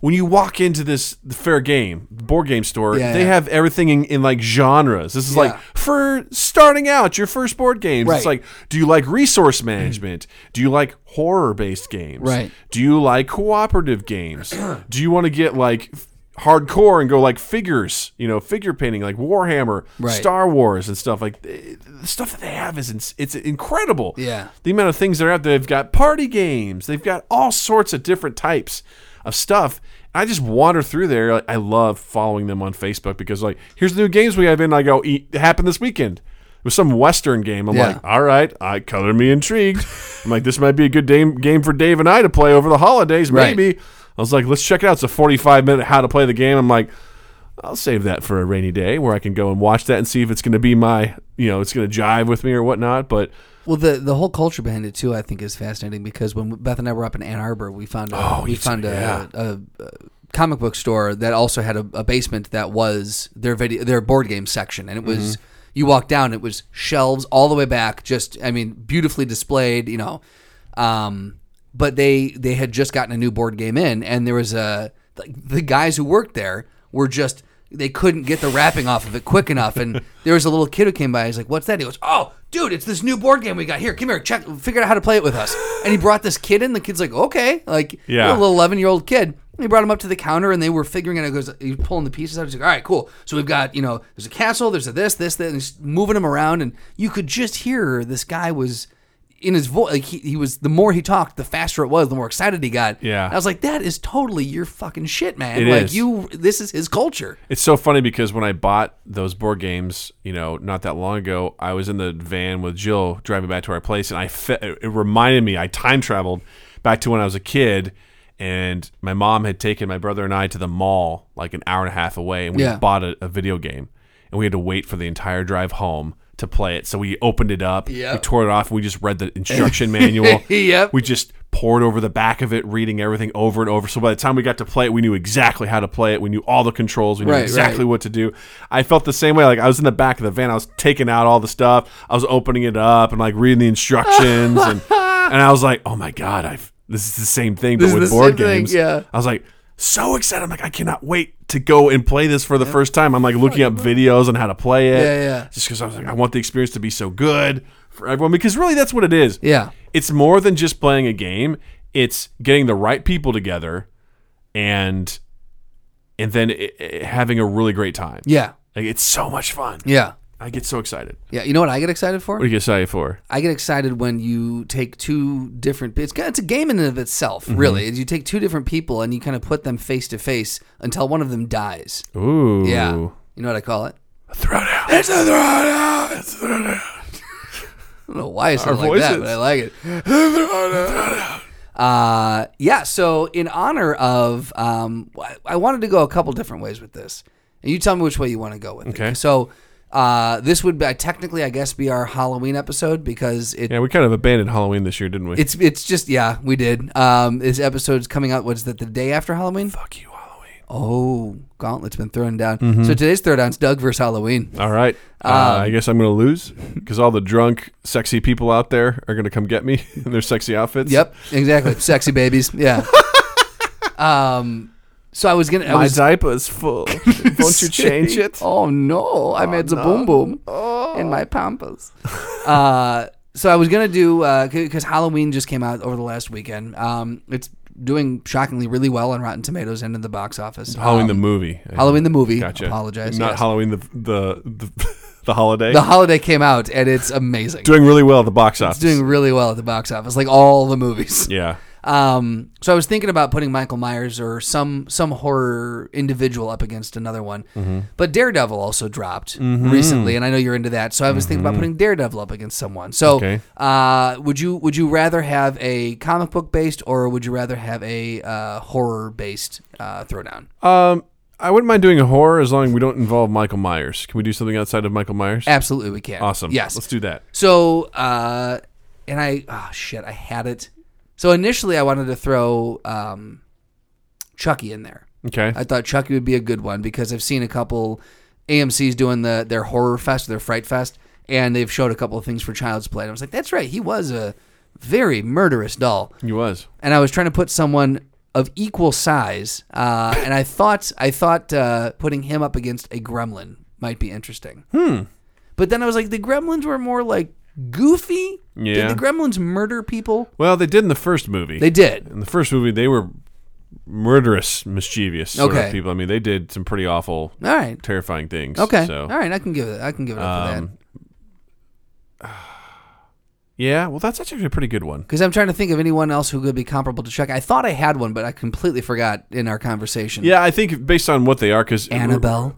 Speaker 1: When you walk into this fair game board game store,
Speaker 2: Yeah,
Speaker 1: they
Speaker 2: yeah.
Speaker 1: have everything in, in like genres. This is
Speaker 2: Yeah.
Speaker 1: like for starting out your first board games. It's
Speaker 2: Right.
Speaker 1: like, do you like resource management? Do you like horror based games?
Speaker 2: Right.
Speaker 1: Do you like cooperative games? <clears throat> Do you want to get like f- hardcore and go like figures, you know, figure painting like Warhammer,
Speaker 2: Right.
Speaker 1: Star Wars and stuff like th- the stuff that they have is ins- it's incredible.
Speaker 2: Yeah.
Speaker 1: The amount of things they're out there, they've got party games, they've got all sorts of different types of stuff. I just wander through there. Like, I love following them on Facebook because like, here's the new games we have in. I go, eat, it happened this weekend. It was some Western game. I'm
Speaker 2: Yeah.
Speaker 1: like, all right, I color me intrigued. I'm like, this might be a good game game for Dave and I to play over the holidays,
Speaker 2: Right.
Speaker 1: maybe. I was like, let's check it out. It's a 45 minute how to play the game. I'm like, I'll save that for a rainy day where I can go and watch that and see if it's going to be my, you know, it's going to jive with me or whatnot. But
Speaker 2: Well, the the whole culture behind it too, I think, is fascinating because when Beth and I were up in Ann Arbor, we found a, we found a, a, a comic book store that also had a, a basement that was their video their board game section, and it was you walked down, it was shelves all the way back, just I mean, beautifully displayed, you know. Um, but they they had just gotten a new board game in, and there was a like, the guys who worked there were just they couldn't get the wrapping off of it quick enough, and there was a little kid who came by. He's like, "What's that?" He goes, "Oh, dude, it's this new board game we got here. Come here, check, figure out how to play it with us." And he brought this kid in. The kid's like, "Okay," like
Speaker 1: Yeah.
Speaker 2: a little eleven year old kid. And He brought him up to the counter, and they were figuring it. out. He goes, he was pulling the pieces out. He's like, "All right, cool. So we've got you know, there's a castle, there's a this, this, that." And he's moving them around, and you could just hear this guy was in his voice, like he, he was. The more he talked, the faster it was, the more excited he got.
Speaker 1: Yeah.
Speaker 2: And I was like, that is totally your fucking shit, man.
Speaker 1: It
Speaker 2: like
Speaker 1: is.
Speaker 2: you, this is his culture.
Speaker 1: It's so funny because when I bought those board games, you know, not that long ago, I was in the van with Jill driving back to our place, and I fe- it reminded me I time traveled back to when I was a kid, and my mom had taken my brother and I to the mall like an hour and a half away, and we
Speaker 2: Yeah.
Speaker 1: bought a, a video game, and we had to wait for the entire drive home to play it. So we opened it up,
Speaker 2: Yep.
Speaker 1: we tore it off, and we just read the instruction manual.
Speaker 2: <laughs> Yep.
Speaker 1: We just poured over the back of it, reading everything over and over. So by the time we got to play it, we knew exactly how to play it. We knew all the controls. We knew
Speaker 2: Right,
Speaker 1: exactly
Speaker 2: right.
Speaker 1: what to do. I felt the same way. Like I was in the back of the van, I was taking out all the stuff, I was opening it up and like reading the instructions,
Speaker 2: <laughs>
Speaker 1: and and I was like, oh my god, I've this is the same thing, but
Speaker 2: is
Speaker 1: with
Speaker 2: the
Speaker 1: board
Speaker 2: same thing,
Speaker 1: games.
Speaker 2: yeah.
Speaker 1: I was like. So excited! I'm like, I cannot wait to go and play this for the first time. I'm like looking up videos on how to play it,
Speaker 2: Yeah, yeah.
Speaker 1: Just because I was like, I want the experience to be so good for everyone, because really, that's what it is
Speaker 2: Yeah.
Speaker 1: it's more than just playing a game. It's getting the right people together, and and then i i having a really great time.
Speaker 2: Yeah.
Speaker 1: Like, it's so much fun.
Speaker 2: Yeah.
Speaker 1: I get so excited.
Speaker 2: Yeah. You know what I get excited for?
Speaker 1: What do you say for?
Speaker 2: I get excited when you take two different. It's it's a game in and of itself,
Speaker 1: Mm-hmm.
Speaker 2: really. You take two different people and you kind of put them face to face until one of them dies.
Speaker 1: Ooh,
Speaker 2: Yeah. You know what I call it?
Speaker 1: Throwdown. It's a throwdown. It's a throwdown.
Speaker 2: I don't know why I said it like that,
Speaker 1: voices.
Speaker 2: but I like it. Uh, yeah. So in honor of, um, I- I wanted to go a couple different ways with this, and you tell me which way you want to go with it.
Speaker 1: Okay.
Speaker 2: So uh, this would be, technically, I guess, be our Halloween episode because it
Speaker 1: Yeah, we kind of abandoned Halloween this year, didn't we?
Speaker 2: it's it's just yeah we did. Um, this episode's coming out. What's that? The day after Halloween.
Speaker 1: Fuck you, Halloween.
Speaker 2: Oh, gauntlet's been thrown down.
Speaker 1: Mm-hmm.
Speaker 2: So today's throwdown's Doug versus Halloween.
Speaker 1: All right. uh, I guess I'm going to lose because all the drunk, sexy people out there are going to come get me <laughs> in their sexy outfits.
Speaker 2: Yep,
Speaker 1: <laughs>
Speaker 2: exactly. Sexy babies. Yeah. um. So I was gonna. I
Speaker 1: My
Speaker 2: was,
Speaker 1: diaper is <laughs> full. Won't you change it?
Speaker 2: <laughs>
Speaker 1: Oh,
Speaker 2: Oh no! I made the boom boom in
Speaker 1: <laughs>
Speaker 2: my pampas. uh, so I was gonna do because Halloween just came out over the last weekend. Um, it's doing shockingly really well on Rotten Tomatoes and in the box office.
Speaker 1: Halloween
Speaker 2: Um,
Speaker 1: the movie.
Speaker 2: Halloween the movie.
Speaker 1: Gotcha.
Speaker 2: Apologize.
Speaker 1: Not
Speaker 2: yes.
Speaker 1: Halloween the the the, <laughs> the holiday.
Speaker 2: The holiday came out and it's amazing.
Speaker 1: doing really well at the box office.
Speaker 2: It's doing really well at the box office, like all the movies.
Speaker 1: yeah.
Speaker 2: Um, so I was thinking about putting Michael Myers or some some horror individual up against another one,
Speaker 1: Mm-hmm.
Speaker 2: but Daredevil also dropped recently, and I know you're into that. So I was thinking about putting Daredevil up against someone. So,
Speaker 1: Mm-hmm. Okay.
Speaker 2: uh, would you would you rather have a comic book based or would you rather have a uh, horror based uh, throwdown?
Speaker 1: Um, I wouldn't mind doing a horror as long as we don't involve Michael Myers. Can we do something outside of Michael Myers?
Speaker 2: Absolutely, we can.
Speaker 1: Awesome.
Speaker 2: Yes.
Speaker 1: Let's do that.
Speaker 2: So, uh, and I, oh shit, I had it. So initially, I wanted to throw um, Chucky in there.
Speaker 1: Okay.
Speaker 2: I thought Chucky would be a good one because I've seen a couple AMC's doing the their horror fest, their fright fest, and they've showed a couple of things for Child's Play. And I was like, that's right, he was a very murderous doll.
Speaker 1: he was.
Speaker 2: And I was trying to put someone of equal size, uh, and I thought I thought uh, putting him up against a gremlin might be interesting. Hmm. But then I was like, the gremlins were more like goofy.
Speaker 1: Yeah.
Speaker 2: Did the gremlins murder people?
Speaker 1: Well, they did in the first movie.
Speaker 2: They did.
Speaker 1: in the first movie they were murderous, mischievous sort
Speaker 2: Okay.
Speaker 1: of people. I mean, they did some pretty awful,
Speaker 2: All right.
Speaker 1: terrifying things.
Speaker 2: Okay.
Speaker 1: So
Speaker 2: All right. I can give it. I can give it up for that.
Speaker 1: Um, yeah, well, that's actually a pretty good one.
Speaker 2: Because I'm trying to think of anyone else who could be comparable to Chuck. I thought I had one, but I completely forgot in our conversation.
Speaker 1: Yeah, I think based on what they are, because
Speaker 2: Annabelle.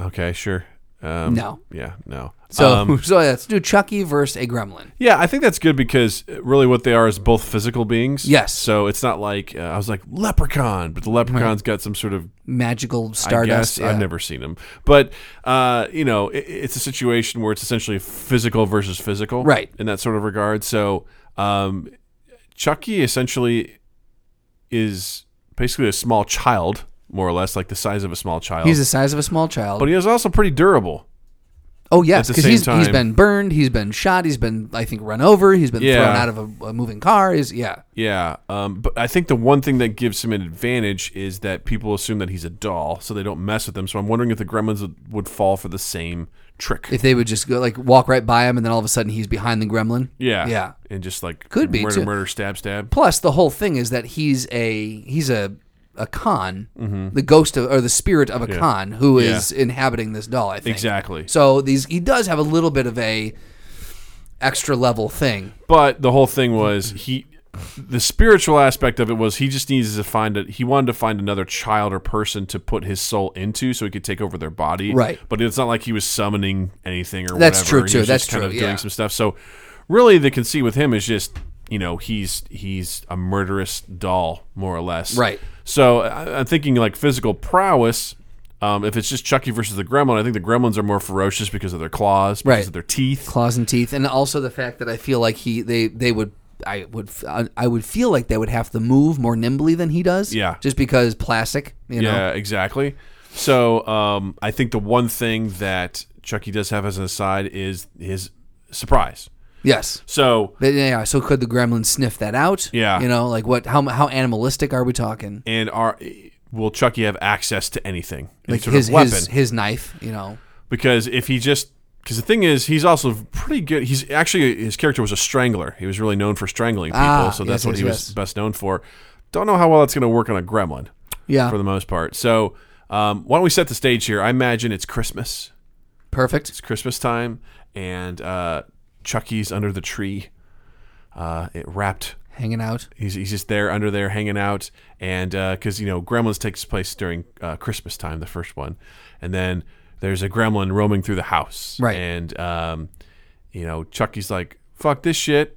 Speaker 1: Okay, sure. Um,
Speaker 2: No.
Speaker 1: Yeah, no.
Speaker 2: So,
Speaker 1: Um,
Speaker 2: <laughs> so let's do Chucky versus a gremlin.
Speaker 1: yeah, I think that's good because uh, really what they are is both physical beings.
Speaker 2: Yes.
Speaker 1: So it's not like uh, I was like leprechaun, but the leprechaun's got some sort of
Speaker 2: Magical
Speaker 1: I
Speaker 2: Stardust.
Speaker 1: guess. I've
Speaker 2: yeah.
Speaker 1: never seen him, but uh, you know, it, it's a situation where it's essentially physical versus physical,
Speaker 2: Right.
Speaker 1: In that sort of regard. So, um, Chucky essentially is basically a small child, more or less, like the size of a small child.
Speaker 2: He's the size of a small child.
Speaker 1: but he is also pretty durable.
Speaker 2: oh, yes.
Speaker 1: at the
Speaker 2: Because
Speaker 1: same
Speaker 2: he's, he's
Speaker 1: time-
Speaker 2: been burned. He's been shot. He's been, I think, run over. He's been
Speaker 1: Yeah.
Speaker 2: thrown out of a, a moving car. Is Yeah.
Speaker 1: Yeah, um, but I think the one thing that gives him an advantage is that people assume that he's a doll, so they don't mess with him. So I'm wondering if the Gremlins would, would fall for the same trick.
Speaker 2: If they would just go, like, walk right by him and then all of a sudden he's behind the gremlin.
Speaker 1: yeah,
Speaker 2: Yeah.
Speaker 1: and just like
Speaker 2: Could be,
Speaker 1: murder,
Speaker 2: too.
Speaker 1: murder, stab, stab.
Speaker 2: Plus, the whole thing is that he's a he's a a con, the ghost of, or the spirit of a con who
Speaker 1: Mm-hmm. Yeah.
Speaker 2: is inhabiting this doll. I think
Speaker 1: Exactly.
Speaker 2: So these he does have a little bit of a extra level thing.
Speaker 1: But the whole thing was he, the spiritual aspect of it was he just needs to find it. He wanted to find another child or person to put his soul into, so he could take over their body.
Speaker 2: Right.
Speaker 1: But it's not like he was summoning anything or
Speaker 2: That's
Speaker 1: whatever.
Speaker 2: true,
Speaker 1: He
Speaker 2: too.
Speaker 1: was
Speaker 2: That's
Speaker 1: just kind
Speaker 2: true,
Speaker 1: Of
Speaker 2: yeah.
Speaker 1: Doing some stuff. So really, the conceit with him is just you know he's he's a murderous doll more or less.
Speaker 2: Right.
Speaker 1: So I, I'm thinking like physical prowess. Um, if it's just Chucky versus the Gremlin, I think the Gremlins are more ferocious because of their claws, because
Speaker 2: Right.
Speaker 1: of their teeth.
Speaker 2: claws and teeth, and also the fact that I feel like he they they would I would I would feel like they would have to move more nimbly than he does.
Speaker 1: Yeah.
Speaker 2: just because plastic. You know?
Speaker 1: Yeah, exactly. So um, I think the one thing that Chucky does have as an aside is his surprise.
Speaker 2: Yes.
Speaker 1: So
Speaker 2: But yeah, so could the gremlin sniff that out?
Speaker 1: Yeah.
Speaker 2: You know, like what? How how animalistic are we talking?
Speaker 1: and are will Chucky have access to anything, any
Speaker 2: like
Speaker 1: sort
Speaker 2: his,
Speaker 1: of weapon?
Speaker 2: his his knife, you know.
Speaker 1: because if he just because the thing is he's also pretty good he's actually his character was a strangler he was really known for strangling people
Speaker 2: Ah,
Speaker 1: so that's
Speaker 2: yes,
Speaker 1: what
Speaker 2: yes,
Speaker 1: he
Speaker 2: yes.
Speaker 1: was best known for don't know how well that's going to work on a gremlin
Speaker 2: Yeah.
Speaker 1: for the most part so um, why don't we set the stage here i imagine it's christmas
Speaker 2: Perfect.
Speaker 1: It's Christmas time, and uh, Chucky's under the tree. Uh, it wrapped.
Speaker 2: Hanging out.
Speaker 1: He's, he's just there under there hanging out, and because you know Gremlins takes place during uh, Christmas time, the first one, and then there's a Gremlin roaming through the house,
Speaker 2: Right.
Speaker 1: And um, you know Chucky's like, fuck this shit.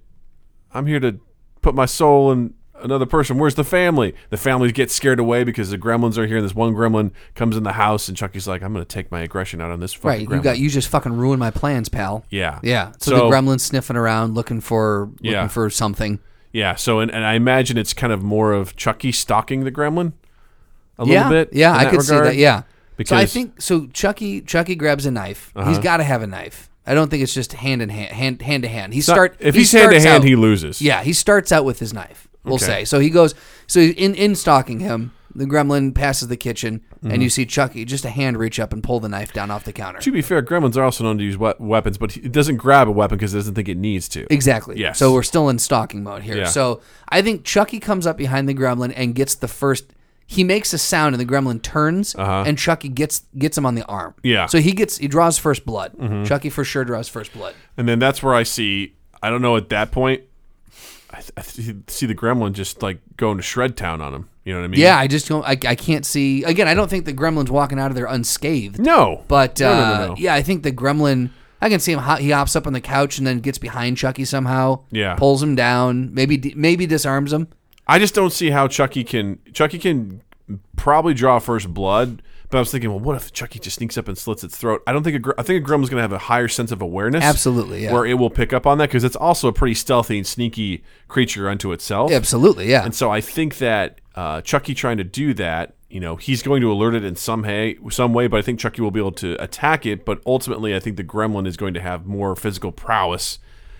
Speaker 1: I'm here to put my soul in another person. Where's the family? The family gets scared away because the gremlins are here. And this one gremlin comes in the house, and Chucky's like, "I'm going to take my aggression out on this
Speaker 2: Right,
Speaker 1: fucking
Speaker 2: you
Speaker 1: gremlin."
Speaker 2: got you just fucking ruined my plans, pal.
Speaker 1: yeah,
Speaker 2: Yeah. So, the gremlin's sniffing around looking for looking
Speaker 1: Yeah.
Speaker 2: for something.
Speaker 1: Yeah. So, and, and I imagine it's kind of more of Chucky stalking the gremlin a
Speaker 2: yeah.
Speaker 1: little bit.
Speaker 2: Yeah,
Speaker 1: in
Speaker 2: I could
Speaker 1: regard.
Speaker 2: see that. Yeah. so I
Speaker 1: Because- Uh-huh.
Speaker 2: think so Chucky Chucky grabs a knife. He's got to have a knife. I don't think it's just hand in hand hand hand to hand. He
Speaker 1: Not-
Speaker 2: start
Speaker 1: if
Speaker 2: he
Speaker 1: he's hand to
Speaker 2: starts
Speaker 1: hand,
Speaker 2: out-
Speaker 1: he loses.
Speaker 2: Yeah, he starts out with his knife. We'll
Speaker 1: Okay.
Speaker 2: say. So he goes so he's in in stalking him, the gremlin passes the kitchen
Speaker 1: Mm-hmm.
Speaker 2: and you see Chucky just a hand reach up and pull the knife down off the counter.
Speaker 1: To be fair, gremlins are also known to use we- weapons, but it doesn't grab a weapon because it doesn't think it needs to.
Speaker 2: Exactly.
Speaker 1: Yes.
Speaker 2: So we're still in stalking mode here.
Speaker 1: Yeah.
Speaker 2: So I think Chucky comes up behind the gremlin and gets the first. He makes a sound and the gremlin turns and Chucky gets gets him on the arm.
Speaker 1: Uh-huh. Yeah. Mm-hmm.
Speaker 2: So he gets he draws first blood. Chucky for sure draws first blood.
Speaker 1: And then that's where I see. I don't know at that point. I, th- I th- see the gremlin just like going to shred town on him. You know what I mean?
Speaker 2: Yeah, I just don't. I, I can't see. Again, I don't think the gremlin's walking out of there unscathed.
Speaker 1: No.
Speaker 2: But
Speaker 1: No,
Speaker 2: uh,
Speaker 1: no, no, no.
Speaker 2: yeah, I think the gremlin. I can see him. ho- He hops up on the couch and then gets behind Chucky somehow.
Speaker 1: Yeah.
Speaker 2: Pulls him down. Maybe d- maybe disarms him.
Speaker 1: I just don't see how Chucky can. Chucky can probably draw first blood. But I was thinking, well, what if Chucky just sneaks up and slits its throat? I don't think a gr- I think a gremlin's going to have a higher sense of awareness.
Speaker 2: Absolutely, yeah.
Speaker 1: Where it will pick up on that because it's also a pretty stealthy and sneaky creature unto itself.
Speaker 2: Absolutely. Yeah.
Speaker 1: And so I think that uh, Chucky trying to do that, you know, he's going to alert it in some way, some way. But I think Chucky will be able to attack it. But ultimately, I think the Gremlin is going to have more physical prowess.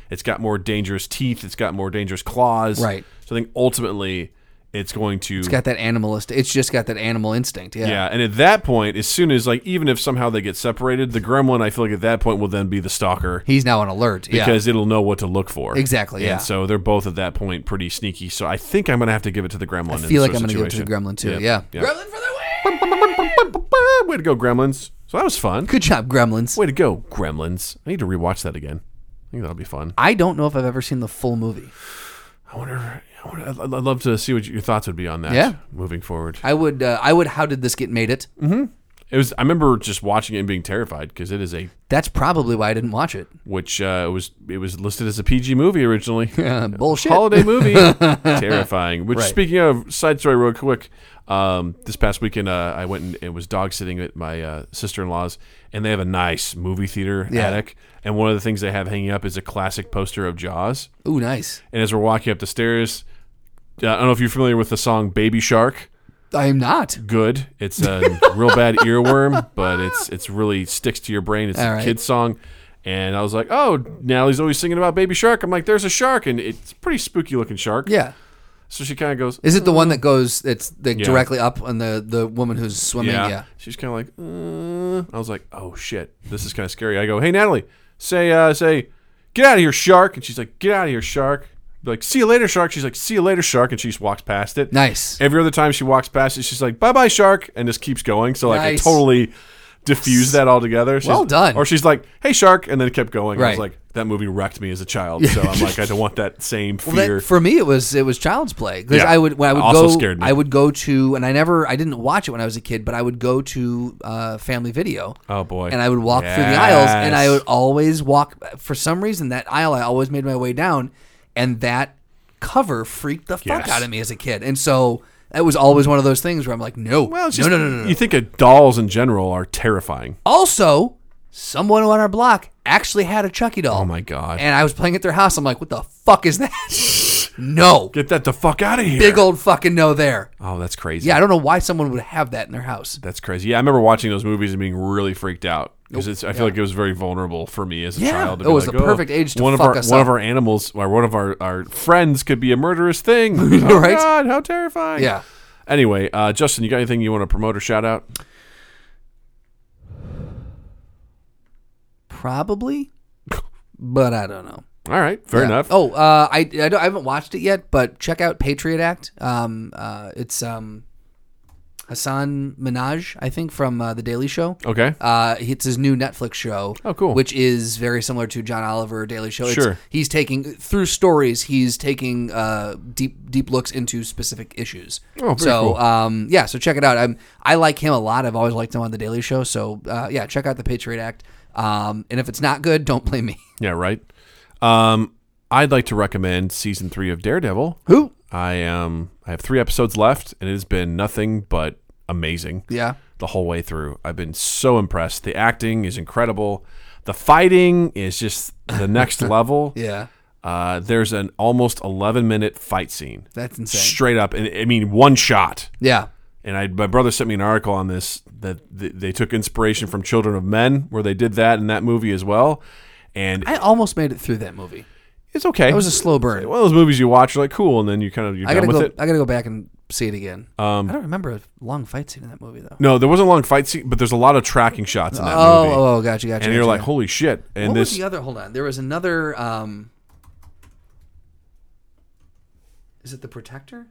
Speaker 1: It's got more dangerous teeth. It's got more dangerous claws.
Speaker 2: Right.
Speaker 1: So I think ultimately, it's going to.
Speaker 2: It's got that animalist. It's just got that animal instinct. Yeah.
Speaker 1: yeah, and at that point, as soon as like even if somehow they get separated, the gremlin I feel like at that point will then be the stalker
Speaker 2: He's now on alert. Yeah.
Speaker 1: because it'll know what to look for.
Speaker 2: Exactly, yeah.
Speaker 1: And so they're both at that point pretty sneaky. So I think I'm gonna have to give it to the gremlin.
Speaker 2: I feel like
Speaker 1: in this
Speaker 2: I'm
Speaker 1: sort of
Speaker 2: going to give it to the
Speaker 1: situation.
Speaker 2: gremlin too.
Speaker 1: Yep,
Speaker 2: Yeah.
Speaker 1: yep. Ah,
Speaker 2: Gremlin for the win!
Speaker 1: Way to go, Gremlins. So that was fun.
Speaker 2: Good job, gremlins.
Speaker 1: Way to go, Gremlins. I need to rewatch that again. I think that'll be fun.
Speaker 2: I don't know if I've ever seen the full movie.
Speaker 1: I wonder. I wonder I'd I'd love to see what your thoughts would be on that.
Speaker 2: Yeah.
Speaker 1: Moving forward,
Speaker 2: I would. Uh, I would. How did this get made? It.
Speaker 1: it was. I remember just watching it and being terrified because it is a
Speaker 2: That's probably why I didn't
Speaker 1: <laughs>
Speaker 2: watch it.
Speaker 1: which uh, it was it was listed as a PG movie
Speaker 2: <laughs>
Speaker 1: originally.
Speaker 2: Uh, bullshit.
Speaker 1: Holiday
Speaker 2: <laughs>
Speaker 1: movie, terrifying. Which, speaking of side story, real quick, um, this past weekend uh, I went and, and was dog sitting at my uh, sister in law's, and they have a nice movie theater
Speaker 2: Yeah.
Speaker 1: attic, and one of the things they have hanging up is a classic poster of Jaws.
Speaker 2: Ooh, nice.
Speaker 1: And as we're walking up the stairs, uh, I don't know if you're familiar with the song "Baby Shark."
Speaker 2: I am not.
Speaker 1: Good, it's
Speaker 2: <laughs>
Speaker 1: a real bad earworm, but it's it's really sticks to your brain. It's
Speaker 2: All
Speaker 1: a
Speaker 2: right.
Speaker 1: kid's song, and I was like, "Oh, Natalie's always singing about baby shark." I'm like, "There's a shark," and it's a pretty spooky looking shark.
Speaker 2: Yeah.
Speaker 1: So she kind of goes,
Speaker 2: Is it the one that goes? It's like
Speaker 1: Yeah.
Speaker 2: directly up on the the woman who's swimming.
Speaker 1: "Yeah."
Speaker 2: Yeah.
Speaker 1: She's kind of like, uh. "I was like, oh shit, this is kind of scary." I go, "Hey, Natalie, say uh, say, get out of here, shark!" And she's like, "Get out of here, shark!" Be like, "See you later, shark." She's like, "See you later, shark!" And she just walks past it.
Speaker 2: Nice.
Speaker 1: Every other time she walks past it, she's like, "Bye bye, shark," and just keeps going. So like,
Speaker 2: Nice.
Speaker 1: I totally diffused that altogether. She's-
Speaker 2: Well done.
Speaker 1: Or she's like, "Hey, shark," and then it kept going. I was
Speaker 2: Right.
Speaker 1: like, that movie wrecked me as a child. So I'm like, I don't want that same fear.
Speaker 2: Well, that- for me, it was it was child's play because
Speaker 1: Yeah.
Speaker 2: I would when I would
Speaker 1: Also
Speaker 2: go
Speaker 1: scared me.
Speaker 2: I would go to and I never I didn't watch it when I was a kid, but I would go to uh, Family Video.
Speaker 1: Oh, boy.
Speaker 2: And I would walk through the aisles, and I
Speaker 1: Yes.
Speaker 2: would always walk for some reason that aisle. I always made my way down, and that cover freaked the fuck
Speaker 1: Yes.
Speaker 2: out of me as a kid, and so. It was always one of those things where I'm like, no,
Speaker 1: well, it's just,
Speaker 2: no, no, no, no, no.
Speaker 1: You think of dolls in general are terrifying.
Speaker 2: Also, someone on our block actually had a Chucky doll.
Speaker 1: Oh my god!
Speaker 2: And I was playing at their house. I'm like, what the fuck is that? no.
Speaker 1: <laughs> Get that the fuck out of here!
Speaker 2: Big old fucking no there.
Speaker 1: oh, that's crazy.
Speaker 2: Yeah, I don't know why someone would have that in their house.
Speaker 1: that's crazy. Yeah, I remember watching those movies and being really freaked out because it's. I feel like it was very vulnerable for me as a
Speaker 2: Yeah,
Speaker 1: child. to
Speaker 2: it
Speaker 1: be
Speaker 2: was
Speaker 1: like,
Speaker 2: the
Speaker 1: "Oh,
Speaker 2: perfect age to
Speaker 1: one of
Speaker 2: fuck
Speaker 1: our
Speaker 2: us
Speaker 1: one of
Speaker 2: up."
Speaker 1: our animals or one of our, our friends could be a murderous
Speaker 2: <laughs>
Speaker 1: thing. oh
Speaker 2: Right?
Speaker 1: God, how terrifying!
Speaker 2: Yeah.
Speaker 1: Anyway, uh, Justin, you got anything you want to promote or shout out?
Speaker 2: Probably, but I don't know.
Speaker 1: All right, fair
Speaker 2: Yeah.
Speaker 1: enough.
Speaker 2: Oh, uh, I I, don't, I haven't watched it yet, but check out Patriot Act. Um, uh, it's um, Hassan Minaj, I think, from uh, The Daily Show.
Speaker 1: Okay.
Speaker 2: Uh, it's his new Netflix show.
Speaker 1: Oh, cool.
Speaker 2: Which is very similar to John Oliver Daily Show. It's-
Speaker 1: Sure.
Speaker 2: He's taking through stories. He's taking uh, deep deep looks into specific issues.
Speaker 1: Oh, very
Speaker 2: so
Speaker 1: cool.
Speaker 2: um, yeah, so check it out. I'm I like him a lot. I've always liked him on the Daily Show. So uh, yeah, check out the Patriot Act. Um, and if it's not good, don't blame me.
Speaker 1: Yeah, right. Um, I'd like to recommend season three of Daredevil.
Speaker 2: Who?
Speaker 1: I am. I have three episodes left, and it has been nothing but amazing
Speaker 2: <laughs> Yeah.
Speaker 1: the whole way through. I've been so impressed. The acting is incredible. The fighting is just the next level.
Speaker 2: <laughs> Yeah.
Speaker 1: Uh, there's an almost 11 minute fight scene,
Speaker 2: That's insane.
Speaker 1: straight up, and I mean one shot.
Speaker 2: yeah.
Speaker 1: And I, my brother sent me an article on this that th- they took inspiration from Children of Men, where they did that in that movie as well. And
Speaker 2: I almost made it through that movie.
Speaker 1: it's okay.
Speaker 2: It was a slow burn.
Speaker 1: one of those movies you watch, you're like cool, and then you kind of you're
Speaker 2: I
Speaker 1: done
Speaker 2: gotta
Speaker 1: with
Speaker 2: go.
Speaker 1: it. Um,
Speaker 2: I gotta go back and see it again. I don't remember a long fight scene in that movie though.
Speaker 1: No, there wasn't a long fight scene, but there's a lot of tracking shots in that
Speaker 2: Oh,
Speaker 1: movie,
Speaker 2: oh, gotcha, gotcha.
Speaker 1: and you're
Speaker 2: gotcha.
Speaker 1: like, holy shit! And
Speaker 2: what
Speaker 1: this
Speaker 2: was the other? Hold on. There was another. Um, is it the Protector?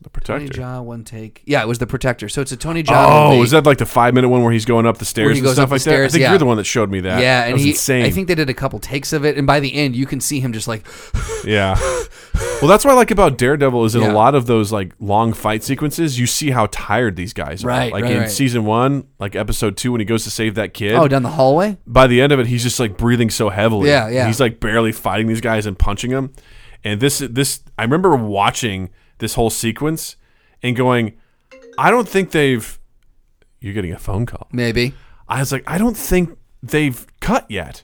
Speaker 1: the
Speaker 2: Tony
Speaker 1: protector.
Speaker 2: Jaa one take. Yeah, it was the Protector. So it's a Tony Jaa.
Speaker 1: Oh,
Speaker 2: movie.
Speaker 1: is that like the five minute one where he's going up the stairs
Speaker 2: Um, he
Speaker 1: and
Speaker 2: goes
Speaker 1: stuff
Speaker 2: up the
Speaker 1: like that? I
Speaker 2: stairs,
Speaker 1: think
Speaker 2: yeah.
Speaker 1: you're the one that showed me that.
Speaker 2: Yeah,
Speaker 1: that
Speaker 2: and
Speaker 1: was
Speaker 2: he.
Speaker 1: insane.
Speaker 2: I think they did a couple takes of it, and by the end, you can see him just like, <laughs>
Speaker 1: Yeah. Well, that's what I like about Daredevil is in a
Speaker 2: Yeah.
Speaker 1: lot of those like long fight sequences, you see how tired these guys are.
Speaker 2: Right,
Speaker 1: Like
Speaker 2: right,
Speaker 1: in
Speaker 2: right.
Speaker 1: season one, like episode two, when he goes to save that kid.
Speaker 2: oh, down the hallway.
Speaker 1: by the end of it, he's just like breathing so heavily.
Speaker 2: Yeah, yeah.
Speaker 1: He's like barely fighting these guys and punching them. And this, this, I remember watching this whole sequence and going, I don't think they've. You're getting a phone call.
Speaker 2: Maybe.
Speaker 1: I was like, I don't think they've cut yet.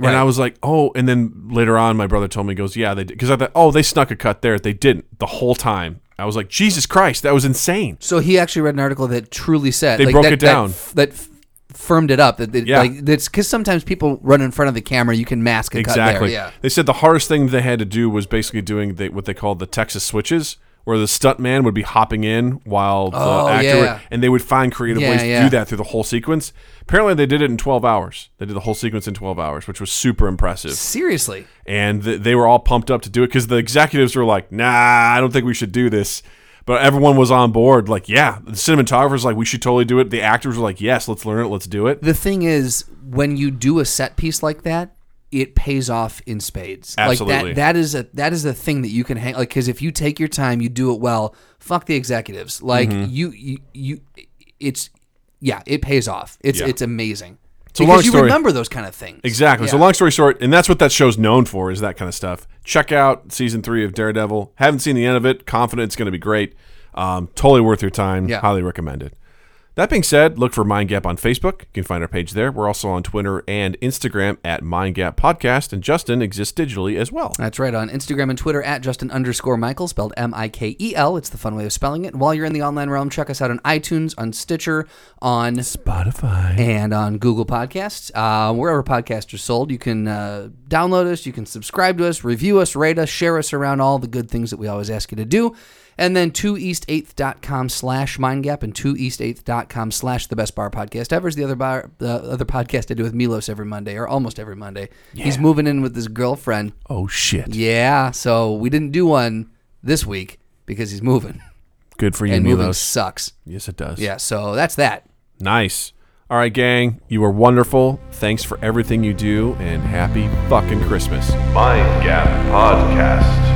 Speaker 2: Right.
Speaker 1: And I was like, oh. And then later on, my brother told me, he goes, yeah, they did. Because I thought, oh, they snuck a cut there. They didn't the whole time. I was like, Jesus Christ, that was insane.
Speaker 2: So he actually read an article that truly said
Speaker 1: They broke
Speaker 2: that,
Speaker 1: it
Speaker 2: that
Speaker 1: down.
Speaker 2: f- That, f- firmed it up. That, that
Speaker 1: Yeah.
Speaker 2: like that's because sometimes people run in front of the camera, you can mask a cut there.
Speaker 1: Exactly.
Speaker 2: Yeah.
Speaker 1: They said the hardest thing they had to do was basically doing the, what they called the Texas switches, where the stuntman would be hopping in while the
Speaker 2: Oh,
Speaker 1: actor,
Speaker 2: yeah.
Speaker 1: and they would find creative
Speaker 2: Yeah,
Speaker 1: ways to
Speaker 2: yeah.
Speaker 1: do that through the whole sequence. Apparently, they did it in 12 hours. They did the whole sequence in 12 hours, which was super impressive.
Speaker 2: Seriously.
Speaker 1: and th- they were all pumped up to do it because the executives were like, "Nah, I don't think we should do this," but everyone was on board. Like, yeah, the cinematographers like, "We should totally do it." The actors were like, "Yes, let's learn it, let's do it."
Speaker 2: The thing is, when you do a set piece like that, it pays off in spades.
Speaker 1: Absolutely.
Speaker 2: Like that, that is a that is a thing that you can hang. Like because if you take your time, you do it well. Fuck the executives. Like
Speaker 1: Mm-hmm.
Speaker 2: you, you, you, it's yeah, it pays off. It's
Speaker 1: Yeah.
Speaker 2: it's amazing.
Speaker 1: a
Speaker 2: because
Speaker 1: long
Speaker 2: you
Speaker 1: story.
Speaker 2: remember those kind of things.
Speaker 1: Exactly. So, long story short, and that's what that show's known for is that kind of stuff. Check out season three of Daredevil. Haven't seen the end of it. Confident it's going to be great. Um, totally worth your time.
Speaker 2: Yeah.
Speaker 1: Highly recommend it. That being said, look for Mind Gap on Facebook. You can find our page there. We're also on Twitter and Instagram at Mind Gap Podcast, and Justin exists digitally as well.
Speaker 2: That's right. On Instagram and Twitter at Justin underscore Michael, spelled M I K E L. It's the fun way of spelling it. While you're in the online realm, check us out on iTunes, on Stitcher, on
Speaker 1: Spotify.
Speaker 2: and on Google Podcasts, uh, wherever podcasts are sold. You can uh, download us, you can subscribe to us, review us, rate us, share us around, all the good things that we always ask you to do. And then 2east8th.com slash mindgap and 2east8th.com slash the best bar podcast ever is the other bar, the other podcast I do with Milos every Monday or almost every Monday. He's moving in with his girlfriend.
Speaker 1: Oh shit!
Speaker 2: Yeah, so we didn't do one this week because he's moving,
Speaker 1: Good for you,
Speaker 2: and moving
Speaker 1: Milos.
Speaker 2: sucks.
Speaker 1: Yes, it does.
Speaker 2: Yeah, so that's that.
Speaker 1: Nice. All right, gang. You are wonderful. Thanks for everything you do, and happy fucking Christmas.
Speaker 3: Mind Gap Podcast.